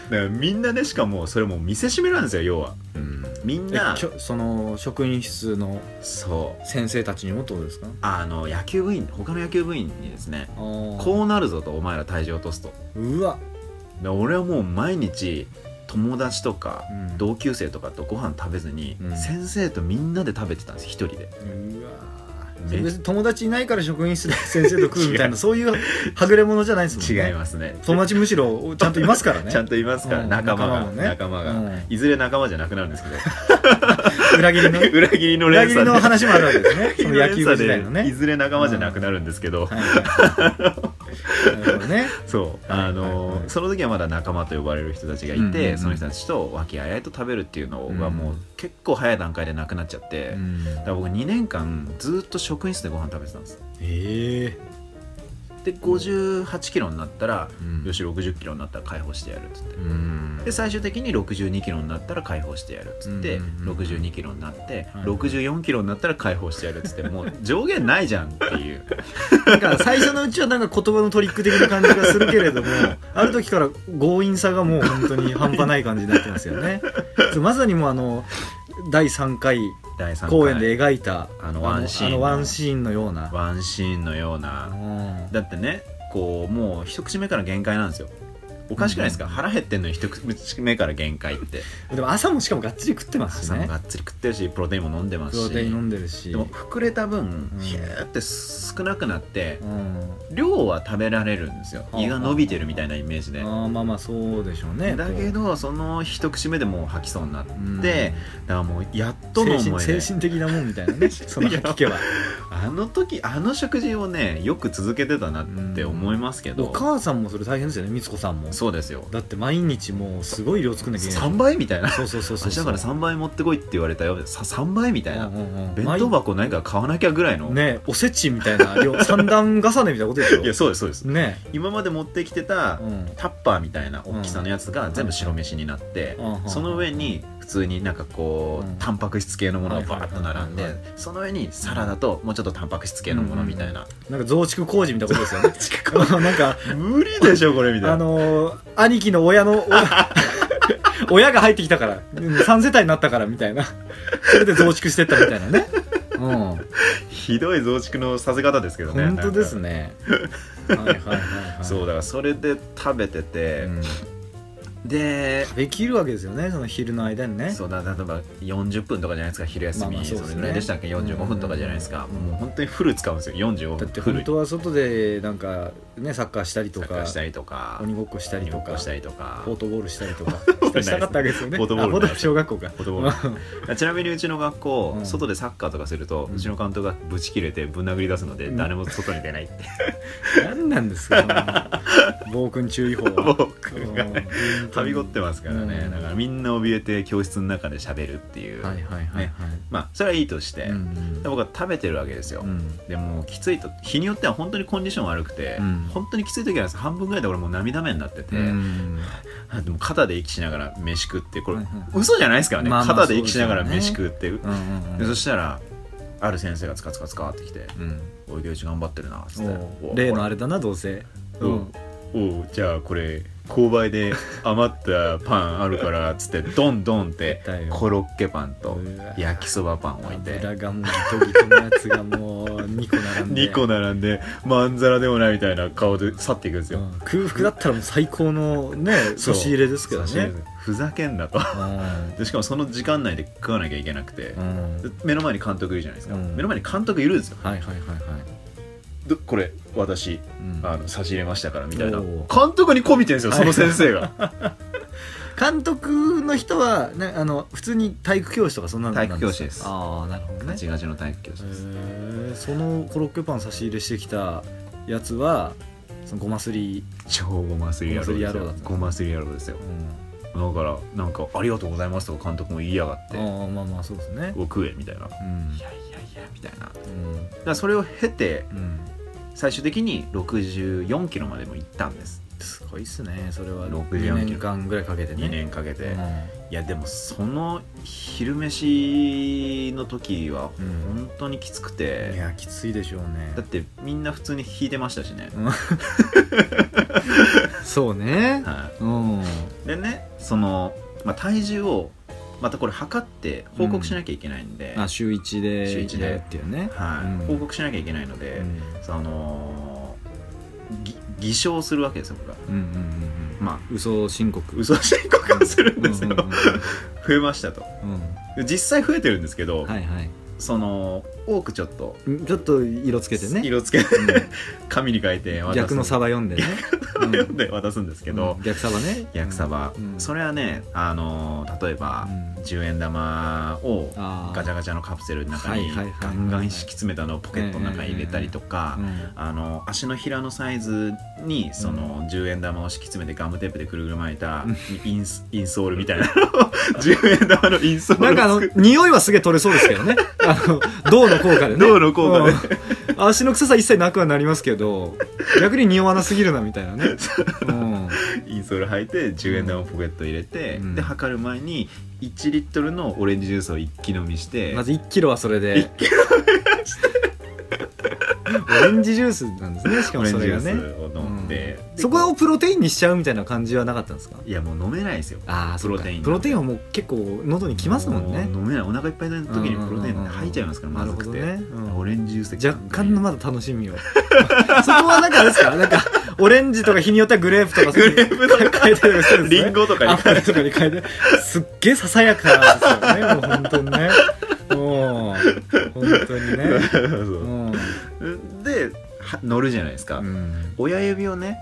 Speaker 2: らみんなねしかもそれもう見せしめなんですよ要は
Speaker 3: うん
Speaker 2: みんな
Speaker 1: えきょその職員室の
Speaker 2: そう
Speaker 1: 先生たちにもってことですか
Speaker 2: あの野球部員他の野球部員にですね
Speaker 1: こ
Speaker 2: こうなるぞとお前ら体重落とすと
Speaker 1: ううわ、
Speaker 2: で俺はもう毎日友達とか
Speaker 1: うん
Speaker 2: 同級生とかとご飯食べずに、
Speaker 1: うん
Speaker 2: 先生とみんなで食べてたんです一人で
Speaker 1: うわ
Speaker 2: め
Speaker 1: 別に友達いないから職員室で先生と食う みたいなそういうはぐれ者じゃないですもんね
Speaker 2: 違いますね
Speaker 1: 友達むしろちゃんといますからね
Speaker 2: ちゃんといますから、
Speaker 1: うん
Speaker 2: 仲間が
Speaker 1: 仲間もね
Speaker 2: 仲間が、
Speaker 1: うん
Speaker 2: いずれ仲間じゃなくなるんですけど
Speaker 1: 裏切りの
Speaker 2: 裏切りの
Speaker 1: 裏
Speaker 2: 連
Speaker 1: 切り
Speaker 2: 鎖
Speaker 1: の話もあるわけです ねその
Speaker 2: 裏
Speaker 1: 野
Speaker 2: 切り
Speaker 1: 球
Speaker 2: の
Speaker 1: 部
Speaker 2: 連鎖で
Speaker 1: 時代のね
Speaker 2: いずれ仲間じゃなくなるんですけど、
Speaker 1: はいはい はいなるほどね
Speaker 2: そう、
Speaker 1: はい
Speaker 2: あの
Speaker 1: はいはい
Speaker 2: その時はまだ仲間と呼ばれる人たちがい
Speaker 1: う
Speaker 2: て、
Speaker 1: んうんうん
Speaker 2: その人たちと和気あいあいと食べるっていうの
Speaker 1: う
Speaker 2: が
Speaker 1: ん
Speaker 2: もう結構早い段階でなくなっちゃって、だから僕2年間ずっと職員室でご飯食べてたんです
Speaker 1: ええ
Speaker 2: で5 8キロになったら、
Speaker 1: うん
Speaker 2: よし6 0キロになったら解放してやるっつって
Speaker 1: うん
Speaker 2: で最終的に6 2キロになったら解放してやるっつって、
Speaker 1: うんうんうんうん
Speaker 2: 6 2キロになって、
Speaker 1: はい
Speaker 2: 6 4キロになったら解放してやるっ つってもう上限ないじゃんっていう
Speaker 1: だから最初のうちはなんか言葉のトリック的な感じがするけれ どもある時から強引さがもう本当に半端ない感じになってますよねそうまさにもうあの第3回
Speaker 2: 第3回
Speaker 1: 公演で描いた
Speaker 2: あのワンシーン
Speaker 1: あのワンシーンのような
Speaker 2: ワンシーンのような
Speaker 1: うん
Speaker 2: だってねこうもう一口目から限界なんですよおかしくないですか、
Speaker 1: うん
Speaker 2: 腹減ってんのに一口目から限界って
Speaker 1: でも朝もしかもがっつり食ってますし
Speaker 2: 朝も
Speaker 1: ね
Speaker 2: がっつり食ってるしプロテインも飲んでます
Speaker 1: プロ
Speaker 2: し
Speaker 1: テイン飲んでるし
Speaker 2: でも膨れた分
Speaker 1: うん
Speaker 2: ヒューって少なくなって
Speaker 1: うん
Speaker 2: 量は食べられるんですよ
Speaker 1: はあ
Speaker 2: 胃が伸びてるみたいなイメージで
Speaker 1: あーまあまあそうでしょうね
Speaker 2: だけどその一口目でもう吐きそうになって
Speaker 1: こう
Speaker 2: だ
Speaker 1: うん
Speaker 2: からもうやっとの
Speaker 1: 精
Speaker 2: 思
Speaker 1: 神
Speaker 2: いで
Speaker 1: 精神的なもんみたいな ねその吐き気は
Speaker 2: あの時あの食事をねよく続けてたなって思いますけ
Speaker 1: お
Speaker 2: ど
Speaker 1: 母さんもそれ大変ですよね光子さんも
Speaker 2: そうですよ
Speaker 1: だって毎日もうすごい量作んなきゃいけない
Speaker 2: 3倍みたいな
Speaker 1: そうそうそうそう
Speaker 2: 明日から3倍持ってこいって言われたよさ3倍みたいな
Speaker 1: うんうんうん
Speaker 2: 弁当箱ないから買わなきゃぐらいの、
Speaker 1: 毎ねおせちみたいな量三段重ねみたいなことでしょ
Speaker 2: いやそうですそうです
Speaker 1: ね
Speaker 2: 今まで持ってきてた
Speaker 1: うん
Speaker 2: タッパーみたいな大きさのやつが全部白飯になって、
Speaker 1: うん
Speaker 2: その上に普通になんかこう、
Speaker 1: うん
Speaker 2: タンパク質系のものがバーッと並んで、
Speaker 1: はいは
Speaker 2: その上にサラダともうちょっとタンパク質系のものみたいな、
Speaker 1: なんか増築工事みたいなことですよね なんか
Speaker 2: 無理でしょこれみた
Speaker 1: あ
Speaker 2: いな
Speaker 1: のー兄貴の親の親 親が入ってきたから3世帯になったからみたいなそれで増築してったみたいな ねうん
Speaker 2: ひどい増築のさせ方ですけどね
Speaker 1: 本当です
Speaker 2: なんか
Speaker 1: ね。はいはいはいはい。
Speaker 2: そうだからそれで食べてて、
Speaker 1: うん
Speaker 2: で
Speaker 1: 食べきるわけですよね。その昼の間にね。
Speaker 2: そうだ例えば40分とかじゃないですか昼休み、
Speaker 1: まあまあそう
Speaker 2: そ
Speaker 1: ですね
Speaker 2: れぐらいでしたっけ45分とかじゃないですか、
Speaker 1: うんうんうん
Speaker 2: もう本当にフル使うんですよ45分
Speaker 1: だって
Speaker 2: フル
Speaker 1: 本当は外でなんかねサッカーしたりと
Speaker 2: サッカ
Speaker 1: か
Speaker 2: ーしたりとか
Speaker 1: 鬼ごっこしたりと
Speaker 2: 鬼ごっ
Speaker 1: か
Speaker 2: こしたりとか
Speaker 1: フォートボールしたりと か
Speaker 2: ール
Speaker 1: したかったわけですよね。
Speaker 2: フォートボー
Speaker 1: あ
Speaker 2: ル
Speaker 1: フォート小学校か。
Speaker 2: フォートボーちなみにうちの学校、
Speaker 1: うん
Speaker 2: 外でサッカーとかすると、
Speaker 1: う
Speaker 2: うんちの監督がぶち切れてぶん殴り出すので、
Speaker 1: うん
Speaker 2: 誰も外に出ないって
Speaker 1: 何なんですか。その暴君注意報は。
Speaker 2: 僕が
Speaker 1: うん
Speaker 2: はびこってますからね、
Speaker 1: うん
Speaker 2: だからみんな怯えて教室の中で喋るっていう、
Speaker 1: はいはいはいはい。
Speaker 2: まあそれはいいとして、
Speaker 1: うん
Speaker 2: で僕は食べてるわけですよ、
Speaker 1: うん
Speaker 2: でもうきついと日によっては本当にコンディション悪くて、
Speaker 1: うん
Speaker 2: 本当にきつい時は半分ぐらいで俺もう涙目になってて、
Speaker 1: うん
Speaker 2: あでも肩で息しながら飯食ってこれ、
Speaker 1: はいはい
Speaker 2: 嘘じゃないですからね、
Speaker 1: まあまあ
Speaker 2: 肩で息しながら
Speaker 1: そうです
Speaker 2: 飯
Speaker 1: よ
Speaker 2: 食って、
Speaker 1: うんうんう
Speaker 2: で
Speaker 1: ん
Speaker 2: そしたらある先生がつかつかつかってきて
Speaker 1: うん
Speaker 2: 「おい行事頑張ってるな」っつって
Speaker 1: おう例のあれだなどうせ。
Speaker 2: おうおうじゃあこれ購買で余ったパンあるから」っつってどんどんって
Speaker 1: だよ
Speaker 2: コロッケパンと
Speaker 1: うわ
Speaker 2: 焼きそばパン置いて
Speaker 1: 油がもうギトギトのやつがもう2個並んで
Speaker 2: 2個並んでまんざらでもないみたいな顔で去っていくんです
Speaker 1: う
Speaker 2: よ。
Speaker 1: ん空腹だったらもう最高のね
Speaker 2: そ
Speaker 1: 差
Speaker 2: う
Speaker 1: し入れですけど
Speaker 2: 差し入れ
Speaker 1: ね
Speaker 2: ですふざけんなと でしかもその時間内で食わなきゃいけなくて
Speaker 1: う、んうん
Speaker 2: で目の前に監督いるじゃないですか、
Speaker 1: うん
Speaker 2: 目の前に監督いるんですよ
Speaker 1: はいはいはいはい、
Speaker 2: でこれ私
Speaker 1: うん
Speaker 2: あの差し入れましたからみたいな
Speaker 1: おー
Speaker 2: 監督にこびてんですよその先生 が
Speaker 1: 監督の人は、ね、あの普通に体育教師とかそんなのなん
Speaker 2: 体育教師です
Speaker 1: ああなるほどね
Speaker 2: ガチガチの体育教
Speaker 1: へ
Speaker 2: 師です
Speaker 1: ーそのコロッケパン差し入れしてきたやつはそのごますり、
Speaker 2: 超ごますり野郎です
Speaker 1: ごますり野郎だった
Speaker 2: よごますり野郎ですよだからなんか「ありがとうございます」とか監督も言いやがって「
Speaker 1: ああまあまあそうですね
Speaker 2: お食え」みたいな
Speaker 1: う
Speaker 2: 「
Speaker 1: ん
Speaker 2: いやいやいや」みたいなだか
Speaker 1: うん
Speaker 2: らそれを経て
Speaker 1: うん
Speaker 2: 最終的に6 4キロまでも行ったんです
Speaker 1: すごいっすねそれは
Speaker 2: 64
Speaker 1: 2年間ぐらいかけてね
Speaker 2: 2年かけて、
Speaker 1: うん
Speaker 2: いやでもその昼飯の時は
Speaker 1: うん
Speaker 2: 本当にきつくて、
Speaker 1: いやきついでしょうね
Speaker 2: だってみんな普通に引いてましたしね、
Speaker 1: そうね
Speaker 2: は
Speaker 1: うん
Speaker 2: い、でねその、まあ、体重をまたこれ測って報告しなきゃいけないんで、
Speaker 1: あ週一で
Speaker 2: 週一で
Speaker 1: やるっていうね
Speaker 2: はい
Speaker 1: うん
Speaker 2: 報告しなきゃいけないので、
Speaker 1: うん
Speaker 2: そのぎ偽証するわけですよ僕は
Speaker 1: うんうんうん
Speaker 2: まあ
Speaker 1: うん嘘申告
Speaker 2: 嘘申告をするんですよ、
Speaker 1: うんうんうん
Speaker 2: 増えましたと
Speaker 1: うん
Speaker 2: で実際増えてるんですけ
Speaker 1: う
Speaker 2: ど、
Speaker 1: んはいはい
Speaker 2: その多くちょっと
Speaker 1: ちょっと色つけてね
Speaker 2: 色つけて
Speaker 1: う
Speaker 2: 紙に書いて
Speaker 1: ん
Speaker 2: 渡す
Speaker 1: 逆のサバ読んでねうん
Speaker 2: 読んで渡すんですけど、
Speaker 1: うん逆サバね
Speaker 2: 逆サバ、
Speaker 1: うん
Speaker 2: それはねあのー例えば、
Speaker 1: うん
Speaker 2: 10円玉を
Speaker 1: あー
Speaker 2: ガチャガチャのカプセルの中
Speaker 1: は
Speaker 2: に
Speaker 1: いはいはいはい
Speaker 2: ガンガン敷き詰めたのをポケットの中に入れたりとか
Speaker 1: う。ん
Speaker 2: あの足のひらのサイズにその10円玉を敷き詰めてガムテープでくるぐる巻いたインスインソールみたいなのを10円玉のインソール
Speaker 1: なんかあの
Speaker 2: を作っ
Speaker 1: 匂いはすげえ取れそうですけどねあの銅の効果でね
Speaker 2: 銅の効果で
Speaker 1: うん足の臭さ一切なくはなりますけど逆に匂わなすぎるなみたいなね、うん、
Speaker 2: インソール履いて10円玉ポケット入れて、
Speaker 1: うん
Speaker 2: で測る前に1リットルのオレンジジュースを一気飲みして、
Speaker 1: まず1キロはそれで オレンジジュースなんですねしか
Speaker 2: オ
Speaker 1: も
Speaker 2: レ
Speaker 1: そ
Speaker 2: ンジ
Speaker 1: れ
Speaker 2: ジ
Speaker 1: が
Speaker 2: ュー
Speaker 1: ね
Speaker 2: スを飲んで,、で
Speaker 1: そこをプロテインにしちゃうみたいな感じはなかったんですか
Speaker 2: いやもう飲めないですよ
Speaker 1: ああ
Speaker 2: プロテイン
Speaker 1: プロテインはもう結構喉にきますもんね
Speaker 2: う飲めないお腹いっぱいになる時にプロテイン入っちゃいますからまずくて、
Speaker 1: なるほどねうん
Speaker 2: オレンジジュースで
Speaker 1: 若干のまだ楽しみを そこはなんかあれですかなんかオレンジとか日によってはグレープとかグレープとか変えたりとかしてるんです
Speaker 2: リ
Speaker 1: ね
Speaker 2: ンゴとか
Speaker 1: ア
Speaker 2: に
Speaker 1: プリとかに変えてすっげえささやかですよねもう本当にねもう本当に ねうん
Speaker 2: では乗るじゃないですか、
Speaker 1: うん
Speaker 2: 親指をね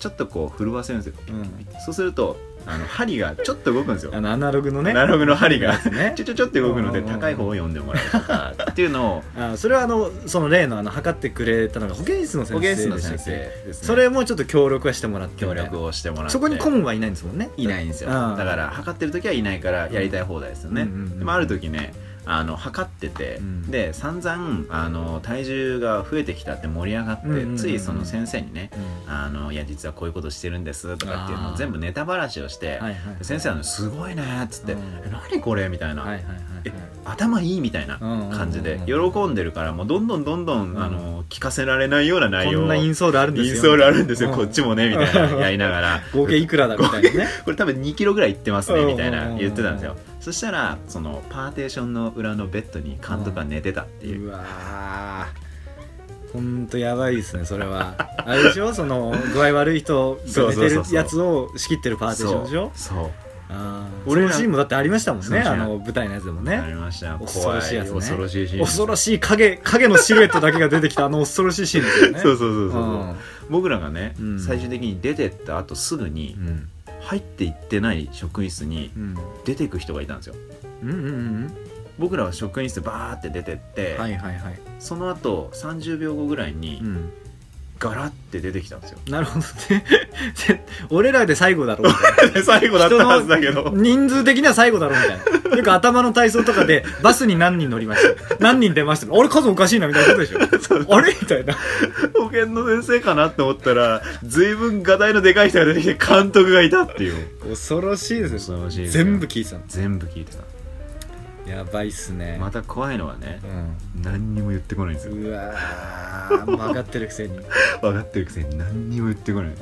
Speaker 2: ちょっとこう震わせるんですよ、
Speaker 1: うん
Speaker 2: そうするとあの針がちょっと動くんですよ
Speaker 1: あのアナログのね
Speaker 2: アナログの針が
Speaker 1: やつね
Speaker 2: ちょちょちょって動くので
Speaker 1: うんうんうん
Speaker 2: 高い方を読んでもらうとかっていうのを
Speaker 1: あそれはあのその例のあの測ってくれたのが保健室の
Speaker 2: 保
Speaker 1: 先生
Speaker 2: 健
Speaker 1: で
Speaker 2: 室の
Speaker 1: した
Speaker 2: 先
Speaker 1: っ
Speaker 2: 生
Speaker 1: け
Speaker 2: です、ね、
Speaker 1: それもちょっと協力はしてもらって
Speaker 2: 協力をしてもらって
Speaker 1: そこに顧問はいないんですもんね
Speaker 2: いないんですよ
Speaker 1: うん
Speaker 2: だから測ってる時はいないからやりたい放題ですよね、
Speaker 1: うんうんうん
Speaker 2: でもある時ねあの測ってて、
Speaker 1: うん
Speaker 2: で散々あの体重が増えてきたって盛り上がって、
Speaker 1: うんうんうんうん
Speaker 2: ついその先生にね
Speaker 1: うん
Speaker 2: あのいや実はこういうことしてるんですとかっていうの
Speaker 1: あ
Speaker 2: を
Speaker 1: ー
Speaker 2: 全部ネタばらしをし
Speaker 1: はい
Speaker 2: て、
Speaker 1: はい
Speaker 2: 先生はねすごいねっつって、
Speaker 1: うん
Speaker 2: え何これみたいな、
Speaker 1: はいはいはい
Speaker 2: え頭いいみたいな感じで喜んでるからもうどんどんどんどん、
Speaker 1: うん
Speaker 2: あの聞かせられないような内
Speaker 1: こ
Speaker 2: 容
Speaker 1: ん
Speaker 2: を
Speaker 1: なインソールあるんです
Speaker 2: イ
Speaker 1: よ
Speaker 2: ンソールあるんですよ、こっち
Speaker 1: も
Speaker 2: もねみたいなやりながら
Speaker 1: 合計いくらだみたいなね
Speaker 2: これ多分2キロぐらいいってます
Speaker 1: う
Speaker 2: ね
Speaker 1: ん
Speaker 2: みたいな言ってたんですよそしたらそのパーテーションの裏のベッドに監督が寝てたっていう
Speaker 1: うわーほんとやばいですねそれはあれでしょその具合悪い人が
Speaker 2: そう
Speaker 1: 寝
Speaker 2: そう
Speaker 1: て
Speaker 2: そ
Speaker 1: る
Speaker 2: うそう
Speaker 1: やつを仕切ってるパーテーションでしょ
Speaker 2: そう
Speaker 1: あーそ
Speaker 2: 俺
Speaker 1: の
Speaker 2: ら
Speaker 1: シーンもだってありましたもん
Speaker 2: そう
Speaker 1: ね
Speaker 2: じゃん
Speaker 1: あの舞台のやつでも
Speaker 2: あ
Speaker 1: ね
Speaker 2: りました
Speaker 1: 恐ろ
Speaker 2: 怖
Speaker 1: しい
Speaker 2: い
Speaker 1: やつね
Speaker 2: 恐ろしいシーン
Speaker 1: 恐ろしい影影のシルエットだけが出てきたあの恐ろしいシーンですよね
Speaker 2: そうそうそうそうそう僕らがね、
Speaker 1: うん
Speaker 2: 最終的に出てった後すぐに
Speaker 1: うん
Speaker 2: 入っていってない職員室に
Speaker 1: うん
Speaker 2: 出てく人がいたんですよ
Speaker 1: うんうんうん
Speaker 2: 僕らは職員室バーって出てって、
Speaker 1: うんはいはいはい、
Speaker 2: その後30秒後ぐらいに
Speaker 1: うん、
Speaker 2: ガラって出てきたんですよ
Speaker 1: なるほどね俺らで 最後だろうみたいな
Speaker 2: 最後
Speaker 1: だったはず
Speaker 2: だけど
Speaker 1: 人数的には最後だろみたいな。よく頭の体操とかで、バスに何人乗りました何人出ましたあれ数おかしいなみたいなことでしょあれみたいな。
Speaker 2: 保健の先生かなって思ったら随分画題のでかい人が出てきて監督がいたっていう
Speaker 1: 恐ろしいです
Speaker 2: 恐
Speaker 1: よ。
Speaker 2: ろしいですよ
Speaker 1: 全部聞いてたの。
Speaker 2: 全部聞いてた
Speaker 1: やばいっすね。
Speaker 2: また怖いのはね
Speaker 1: うん
Speaker 2: 何にも言ってこないんですよ
Speaker 1: うわー、曲がってるくせに。うん。
Speaker 2: 分かってるくせに何にも言ってこない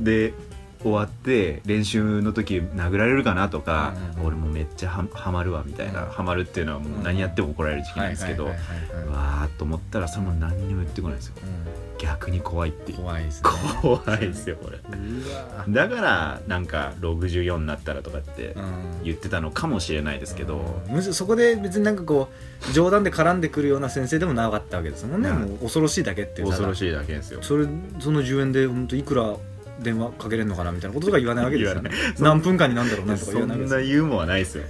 Speaker 2: で終わって練習の時殴られるかなとか、
Speaker 1: うんうん
Speaker 2: 俺もうめっちゃはハマるわみたいな、
Speaker 1: うん
Speaker 2: ハマるっていうのはもう何やっても怒られる時期なんですけど、
Speaker 1: はいはいはいは
Speaker 2: わーっと思ったらそれも何にも言ってこないんですよ
Speaker 1: いうん
Speaker 2: 逆に怖いっていう
Speaker 1: 怖いですね。
Speaker 2: 怖いですよこれ
Speaker 1: うわ
Speaker 2: だからなんか64になったらとかって
Speaker 1: うん
Speaker 2: 言ってたのかもしれないですけど、
Speaker 1: むしろそこで別になんかこう冗談で絡んでくるような先生でもなかったわけですもんね
Speaker 2: ない
Speaker 1: もう恐ろしいだけっていうただ
Speaker 2: 恐ろしいだけですよ
Speaker 1: それその10円で本当いくら電話かけれるのかなみたいなこととか言わないわけですよね
Speaker 2: 言わない
Speaker 1: 何分間になんだろうなとか
Speaker 2: そ
Speaker 1: 言わないわ
Speaker 2: ん
Speaker 1: け
Speaker 2: な
Speaker 1: ですよ
Speaker 2: ユーモアないで すよ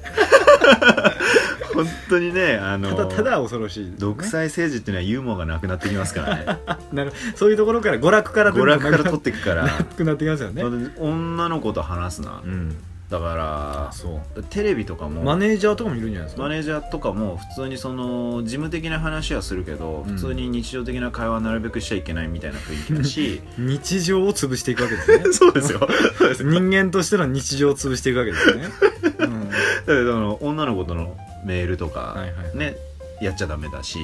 Speaker 2: 本当にねあの
Speaker 1: ただただ恐ろしいですね、
Speaker 2: 独裁政治っていうのはユーモアがなくなってきますからね
Speaker 1: なんかそういうところから娯楽から
Speaker 2: 娯楽から取
Speaker 1: と
Speaker 2: って くから
Speaker 1: なくなってきますよね
Speaker 2: 女の子と話すな
Speaker 1: うん
Speaker 2: だか
Speaker 1: そう
Speaker 2: らテレビとかも
Speaker 1: マネージャーとかもいるんじゃないですか
Speaker 2: マネージャーとかも普通にその事務的な話はするけど
Speaker 1: うん
Speaker 2: 普通に日常的な会話はなるべくしちゃいけないみたいな雰囲気 だし
Speaker 1: 日常を潰していくわけですね
Speaker 2: そうですよそ うです
Speaker 1: 人間としての日常を潰していくわけですね、うん、
Speaker 2: だけどあの女の子とのメールとか、
Speaker 1: はいはい
Speaker 2: ねやっちゃダメだし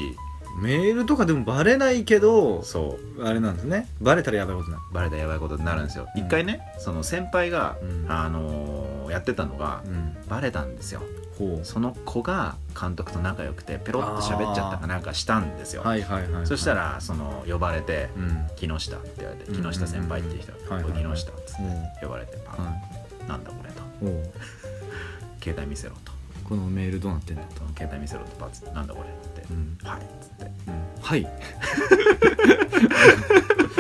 Speaker 1: メールとかでもバレないけど
Speaker 2: そ
Speaker 1: あれなんですねバレたらやばいことにな
Speaker 2: うバレたらやばいことになるんですよ、
Speaker 1: うん
Speaker 2: 一回ねその先輩が、
Speaker 1: うん
Speaker 2: あのーやってたのが
Speaker 1: る、うん、
Speaker 2: バレたんですよ
Speaker 1: ほ
Speaker 2: その子が監督と仲良くてペロッと喋っちゃったかなんかしたんですよ、
Speaker 1: はいはいはい、はい、
Speaker 2: そした、らその呼ばれて
Speaker 1: うん
Speaker 2: 「木下」って言われて「
Speaker 1: うんうんうん
Speaker 2: 木下先輩」っていう人
Speaker 1: はいはい
Speaker 2: おい
Speaker 1: はい
Speaker 2: 木下」っつって
Speaker 1: うん
Speaker 2: 呼ばれてパン
Speaker 1: は
Speaker 2: なんだこれ」と
Speaker 1: い、おう
Speaker 2: 「携帯見せろ」と
Speaker 1: このメールどうなってんだ、
Speaker 2: 「その携帯見せろ」とパッつって「なんだこれ」って「はい」っつって
Speaker 1: はい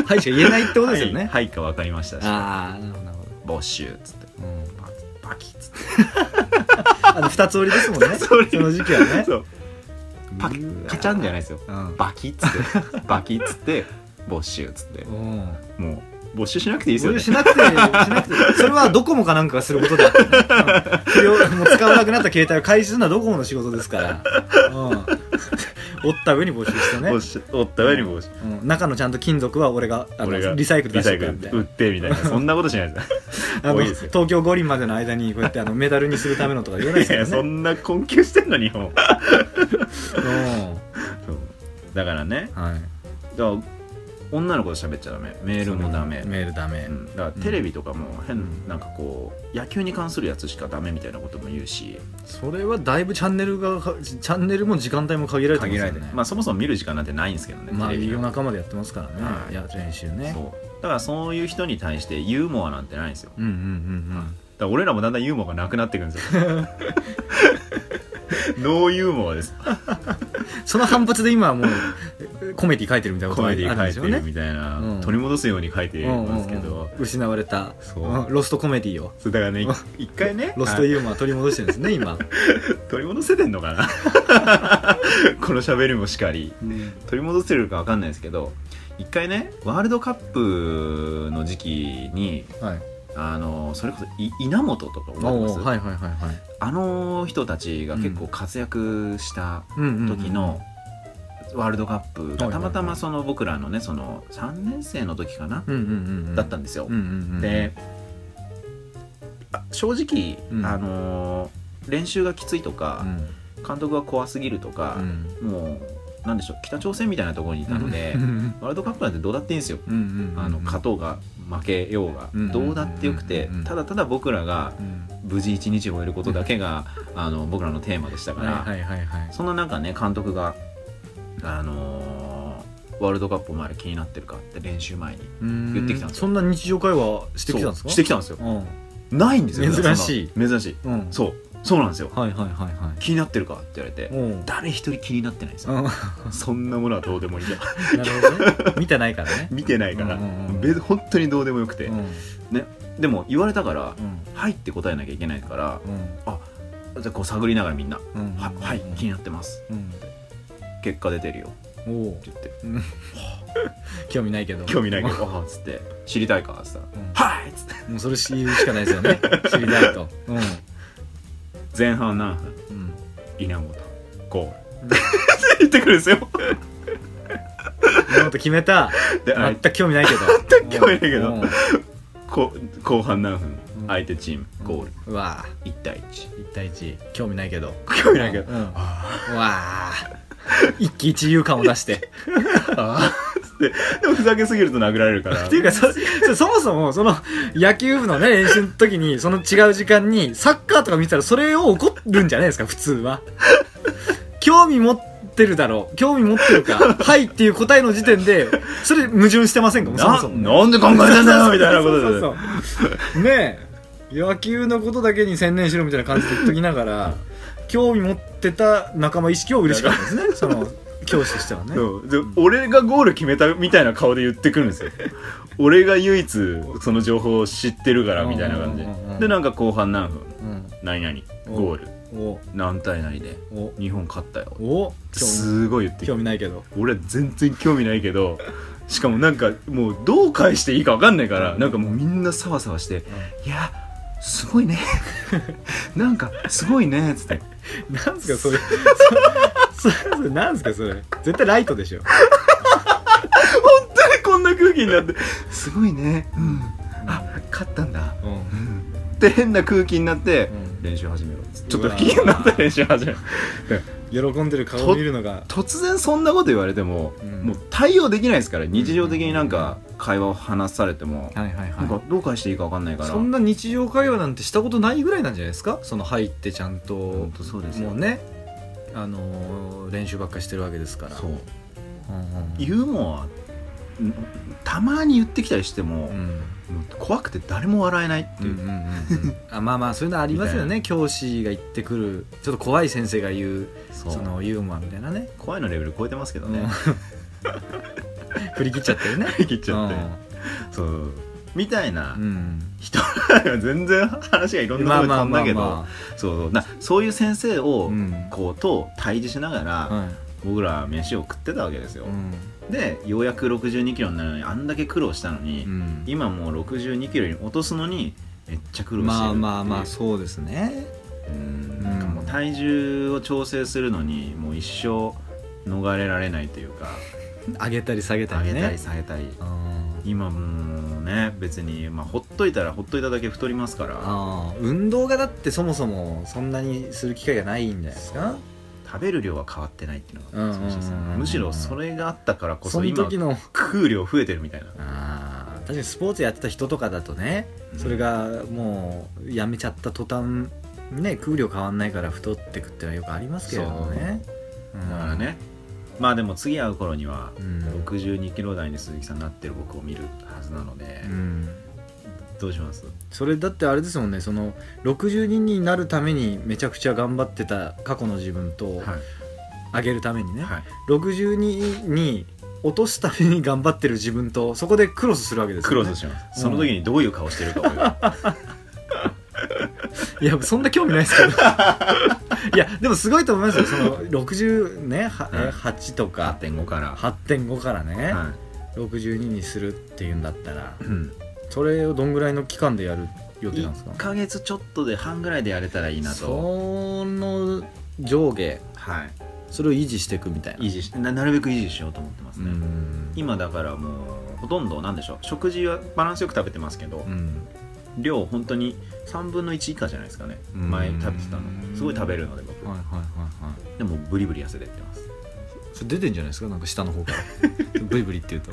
Speaker 1: はいしか言えないってことですよね、
Speaker 2: はい、はいか分かりましたし
Speaker 1: ああなるほどなるほ
Speaker 2: 没収っつって
Speaker 1: ど、うん、
Speaker 2: パツパキッつって
Speaker 1: あの二つ折りですもんね
Speaker 2: 二つ折り
Speaker 1: その時期はね
Speaker 2: そうパキカチャンじゃないですよ
Speaker 1: うん
Speaker 2: バキッつ ってバキッつって没収っつって
Speaker 1: うん
Speaker 2: もう没収しなくていいですよ
Speaker 1: そういう
Speaker 2: ね
Speaker 1: しなくてしなくてそれはドコモかなんかがすることであってね、うん不要もう使わなくなった携帯を回収するのはドコモの仕事ですから、うん、折った上に募集したね
Speaker 2: おっ、しおった上に
Speaker 1: う
Speaker 2: も
Speaker 1: ん中のちゃんと金属は俺があ
Speaker 2: 俺が
Speaker 1: のリサイクル
Speaker 2: リ
Speaker 1: 出
Speaker 2: サ
Speaker 1: し
Speaker 2: イ
Speaker 1: てく
Speaker 2: クル
Speaker 1: んで
Speaker 2: 売ってみたいなそんなことしないです
Speaker 1: あ
Speaker 2: も
Speaker 1: の
Speaker 2: ういいですよ
Speaker 1: 東京五輪までの間にこうやってあのメダルにするためのとか言わないです
Speaker 2: い
Speaker 1: よ
Speaker 2: や
Speaker 1: ね
Speaker 2: そんな困窮してんの日本
Speaker 1: う
Speaker 2: そうだからね
Speaker 1: んはい
Speaker 2: だから女の子と喋っちゃダメメールもダメ
Speaker 1: メールダメ、
Speaker 2: うんだからテレビとかも変、
Speaker 1: うん
Speaker 2: なんかこう野球に関するやつしかダメみたいなことも言うし
Speaker 1: それはだいぶチャンネルがチャンネルも時間帯も限られてますよね
Speaker 2: まあそもそも見る時間なんてないんですけどね
Speaker 1: まあ
Speaker 2: テレビ
Speaker 1: 夜
Speaker 2: が
Speaker 1: 中までやってますからね、
Speaker 2: はい
Speaker 1: い、や練習ね
Speaker 2: そうだからそういう人に対してユーモアなんてないんですよ
Speaker 1: うんうんうんうん
Speaker 2: だから俺らもだんだんユーモアがなくなってくるん ですよノーユーモアです
Speaker 1: その反発で今はも うコメディ書いてるみたいなこ
Speaker 2: コ
Speaker 1: とがあ
Speaker 2: メ
Speaker 1: る
Speaker 2: ディ
Speaker 1: ん
Speaker 2: 書
Speaker 1: です
Speaker 2: いて
Speaker 1: よ
Speaker 2: る
Speaker 1: ね
Speaker 2: みたいな、
Speaker 1: うん
Speaker 2: 取り戻すように書いてる
Speaker 1: うんうんん
Speaker 2: ですけど、
Speaker 1: うん失われた
Speaker 2: そう
Speaker 1: うんロストコメディを
Speaker 2: そうだからねい一回ね
Speaker 1: ロストユーモア取り戻してるんですね今、
Speaker 2: あ取り戻せてんのかな この喋りもしかり取り戻せるかわかんないですけど一回ねワールドカップの時期に
Speaker 1: はい
Speaker 2: あのそれこそい稲本とか
Speaker 1: お
Speaker 2: 思います、
Speaker 1: うはいはいはいはい
Speaker 2: あの人たちが結構活躍した
Speaker 1: うんうんうん
Speaker 2: 時のワールドカップが
Speaker 1: はいはいはい
Speaker 2: たまたまその僕らのねその3年生の時かな、
Speaker 1: うんうんうんうん
Speaker 2: だったんですよ。
Speaker 1: うんうんうん
Speaker 2: であ正直、
Speaker 1: うん
Speaker 2: あのー練習がきついと
Speaker 1: う
Speaker 2: か、
Speaker 1: ん
Speaker 2: 監督が怖すぎるとか
Speaker 1: う、ん
Speaker 2: もうなんでしょう北朝鮮みたいなところにいたので、
Speaker 1: うんうん
Speaker 2: ワールドカップなんてどうだっていいんですよ。
Speaker 1: うんうん
Speaker 2: あの勝とうが負けようが、
Speaker 1: うん
Speaker 2: どうだってよくて、
Speaker 1: うん
Speaker 2: ただただ僕らが
Speaker 1: うん
Speaker 2: 無事一日を終えることだけが、あの僕らのテーマでしたから、
Speaker 1: はいはいはいはい
Speaker 2: そんな中ね監督が、あのーワールドカップお前ら気になってるかって練習前に言
Speaker 1: 言
Speaker 2: ってきたんですよ
Speaker 1: そんな日常会話してきたんです
Speaker 2: そ
Speaker 1: か
Speaker 2: うしてきたんですよ
Speaker 1: うんうん
Speaker 2: ないんですよ
Speaker 1: 珍しい
Speaker 2: そんな珍しいそうそうなんですよ
Speaker 1: はいはいはい は
Speaker 2: 気になってるかって言われて
Speaker 1: いうん
Speaker 2: 誰一人気になってないんですよ
Speaker 1: うん
Speaker 2: そんなものはどうでもいいや
Speaker 1: なるほどね見てないからね
Speaker 2: 見てないから
Speaker 1: うんうんうん
Speaker 2: 別本当にどうでもよくて、
Speaker 1: うん
Speaker 2: でも言われたから
Speaker 1: うん
Speaker 2: 「はい」って答えなきゃいけないから
Speaker 1: うん
Speaker 2: じゃあこう探りながらみんな
Speaker 1: うん
Speaker 2: 「ははい気になってます
Speaker 1: うん
Speaker 2: 結果出てるよ」
Speaker 1: おお
Speaker 2: って言って
Speaker 1: 興味ないけど
Speaker 2: 興味ないけど「ああ」っつって「知りたいか」っつったら
Speaker 1: うん
Speaker 2: 「はい」っつって
Speaker 1: もうそれ言うしかないですよ ね知りたいとう
Speaker 2: 前半何分
Speaker 1: んうん
Speaker 2: 稲本ゴール 言ってくるんで すよ
Speaker 1: 今のと決めた
Speaker 2: であ
Speaker 1: 全
Speaker 2: い
Speaker 1: く興味ないけど
Speaker 2: 全く興味ないけど
Speaker 1: うん
Speaker 2: こ後半何分
Speaker 1: うん
Speaker 2: 相手チームゴール
Speaker 1: うわ
Speaker 2: 1対1
Speaker 1: 一対一興味ないけど
Speaker 2: 興味ないけど
Speaker 1: うんうわ一喜一憂感を出して
Speaker 2: でもふざけすぎると殴られるか ら
Speaker 1: っていうかそそそもそもその野球部のね練習の時にその違う時間にサッカーとか見てたらそれを怒るんじゃないですか普通は 興味持ってるだろう興味持ってるかはいっていう答えの時点でそれ矛盾してませんかもうそも
Speaker 2: な
Speaker 1: そもね
Speaker 2: なんで考えてんだよみたいなことで
Speaker 1: そうそうそうねえ野球のことだけに専念しろみたいな感じで言っときながら興味持ってた仲間意識を嬉しかったですねその教師としてはね
Speaker 2: そうで俺がゴール決めたみたいな顔で言ってくるんですよ俺が唯一その情報を知ってるからみたいな感じ
Speaker 1: うんうんうんうん
Speaker 2: でなんか後半何分
Speaker 1: うん
Speaker 2: 何々ゴール
Speaker 1: お
Speaker 2: 何対何で
Speaker 1: お
Speaker 2: 日本勝ったよ
Speaker 1: お興味
Speaker 2: すごい言ってくる
Speaker 1: 興味ないけど
Speaker 2: 俺は全然興味ないけどしかもなんかもうどう返していいか分かんないからなんかもうみんなサワサワして「いやすごい ねなんかすごいね」っつって
Speaker 1: なんすかそれ そそそれなんすかそれ絶対ライトでしょ
Speaker 2: 本当にこんな空気になって「すごいねうんあ勝ったんだ
Speaker 1: うん、」
Speaker 2: って変な空気になって
Speaker 1: うん
Speaker 2: 練習始めろっつってちょっと気になったら練習始 める
Speaker 1: 喜んでる顔を見るのが
Speaker 2: 突然そんなこと言われても
Speaker 1: うん
Speaker 2: もう対応できないですから日常的になんか会話を話されても
Speaker 1: はいはい
Speaker 2: なんかどう返していいか分かんないから
Speaker 1: そんな日常会話なんてしたことないぐらいなんじゃないですかその入ってちゃんと
Speaker 2: 本当そうですよ
Speaker 1: もうねあのー練習ばっかしてるわけですから
Speaker 2: そう
Speaker 1: うんうん
Speaker 2: ユーモアんたまに言ってきたりしても,、
Speaker 1: うん
Speaker 2: もう怖くて誰も笑えないって
Speaker 1: う
Speaker 2: い
Speaker 1: ん
Speaker 2: う、
Speaker 1: うんうんうんあまあまあそういうのありますよ
Speaker 2: みた
Speaker 1: ね教師が言ってくるちょっと怖い先生が言う
Speaker 2: そ
Speaker 1: そうのユーモアみたいなね
Speaker 2: 怖いのレベル超えてますけどね、
Speaker 1: うん振り切っちゃってるね
Speaker 2: 切っちゃって、そうみたいな
Speaker 1: うんうん
Speaker 2: 人 全然話がいろんな
Speaker 1: まあ
Speaker 2: こと
Speaker 1: ま
Speaker 2: 飛
Speaker 1: あ
Speaker 2: ん
Speaker 1: ま
Speaker 2: だ
Speaker 1: あ
Speaker 2: けど、
Speaker 1: ま
Speaker 2: そうそうなそういう先生
Speaker 1: あ
Speaker 2: を、
Speaker 1: うん
Speaker 2: こうと対峙しながら、
Speaker 1: はい
Speaker 2: 僕らは飯を食ってたわけですよ、
Speaker 1: うん
Speaker 2: でようやく6 2キロになるのにあんだけ苦労したのに、
Speaker 1: うん
Speaker 2: 今もう6 2キロに落とすのにめっちゃ苦労してるって
Speaker 1: ま
Speaker 2: い
Speaker 1: あ
Speaker 2: う
Speaker 1: まあまあそうですね
Speaker 2: うんなんかもう体重を調整するのにもう一生逃れられないというか
Speaker 1: 上げたり下げた
Speaker 2: 上
Speaker 1: り
Speaker 2: げたり
Speaker 1: ね
Speaker 2: 下げたり
Speaker 1: うん
Speaker 2: 今もうね別に、まあ、ほっといたらほっといただけ太りますから
Speaker 1: あー運動がだってそもそもそんなにする機会がないんじゃないですか
Speaker 2: 食べる量は変わってないっていうの
Speaker 1: うんうん
Speaker 2: が
Speaker 1: うんうん
Speaker 2: 難しいですねむしろそれがあったから
Speaker 1: そ
Speaker 2: こそ
Speaker 1: の
Speaker 2: 今
Speaker 1: 時の
Speaker 2: 食う量増えてるみたいな
Speaker 1: あー確かにスポーツやってた人とかだとねそれがもうやめちゃった途端ね空量変わんないから太ってくってのはよくありますけれどもねだ
Speaker 2: だからねまあでも次会う頃には
Speaker 1: うん、
Speaker 2: 62キロ台に鈴木さんになってる僕を見るはずなので、
Speaker 1: うん、
Speaker 2: どうします
Speaker 1: それだってあれですもんねその62になるためにめちゃくちゃ頑張ってた過去の自分と
Speaker 2: はい
Speaker 1: 上げるためにね、
Speaker 2: はい
Speaker 1: 62に落とすために頑張ってる自分とそこでクロスするわけです
Speaker 2: ク
Speaker 1: よ
Speaker 2: ロ
Speaker 1: ね
Speaker 2: スします、その時にどういう顔して るか俺が
Speaker 1: いやそんな興味ないですけ どいやでもすごいと思いますよその60ねはえ
Speaker 2: はい
Speaker 1: 8とか
Speaker 2: 8.5から、
Speaker 1: 8.5からね、
Speaker 2: は
Speaker 1: 62にするっていうんだったら
Speaker 2: いうん、
Speaker 1: それをどんぐらいの期間でやる予定なんですか
Speaker 2: 1か月ちょっとで半ぐらいでやれたらいいなと、
Speaker 1: その上下
Speaker 2: は、
Speaker 1: それを維持していくみたいない
Speaker 2: 維持しななるべく維持しようと思ってます
Speaker 1: う
Speaker 2: ね、
Speaker 1: ん
Speaker 2: 今だからもうほとんどなんでしょう食事はバランスよく食べてますけど、
Speaker 1: うん
Speaker 2: 量本当に3分の1以下じゃないですかね
Speaker 1: うん
Speaker 2: 前食べてたのすごい食べるので僕、
Speaker 1: はいはいはいはい
Speaker 2: でもブリブリ痩せてってます
Speaker 1: それ出てんじゃないですかなんか下の方から ブリブリっていうと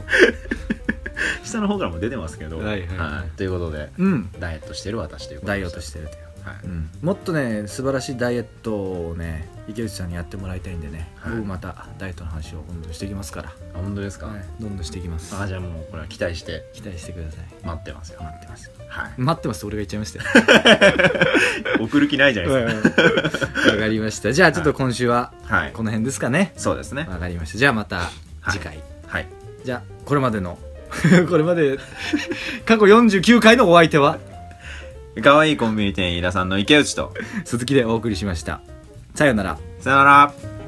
Speaker 2: 下の方からも出てますけど
Speaker 1: はいはいはい
Speaker 2: ということで
Speaker 1: うん
Speaker 2: ダイエットしてる私ということ
Speaker 1: ダ
Speaker 2: で
Speaker 1: イエットしてるという、
Speaker 2: はい
Speaker 1: うん、もっとね素晴らしいダイエットをね池内さんにやってもらいたいんでね、
Speaker 2: はい
Speaker 1: 僕またダイエットの話をどんどんしていきますから、
Speaker 2: あ本当ですか、
Speaker 1: はいどんどんしていきます
Speaker 2: あじゃあもうこれは期待して
Speaker 1: 期待してください
Speaker 2: 待ってますよ待ってますはい
Speaker 1: 待ってますって俺が言っちゃいましたよ
Speaker 2: 送る気ないじゃ ないです
Speaker 1: わかりましたじゃあちょっと今週は
Speaker 2: かはい
Speaker 1: この辺ですかね
Speaker 2: そうですね
Speaker 1: わかりましたじゃあまた次回、
Speaker 2: はい
Speaker 1: じゃあこれまでの これまで過去49回のお相手は
Speaker 2: 可愛いコンビニ店員飯田さんの池内と
Speaker 1: 鈴木でお送りしましたさようなら
Speaker 2: さよなら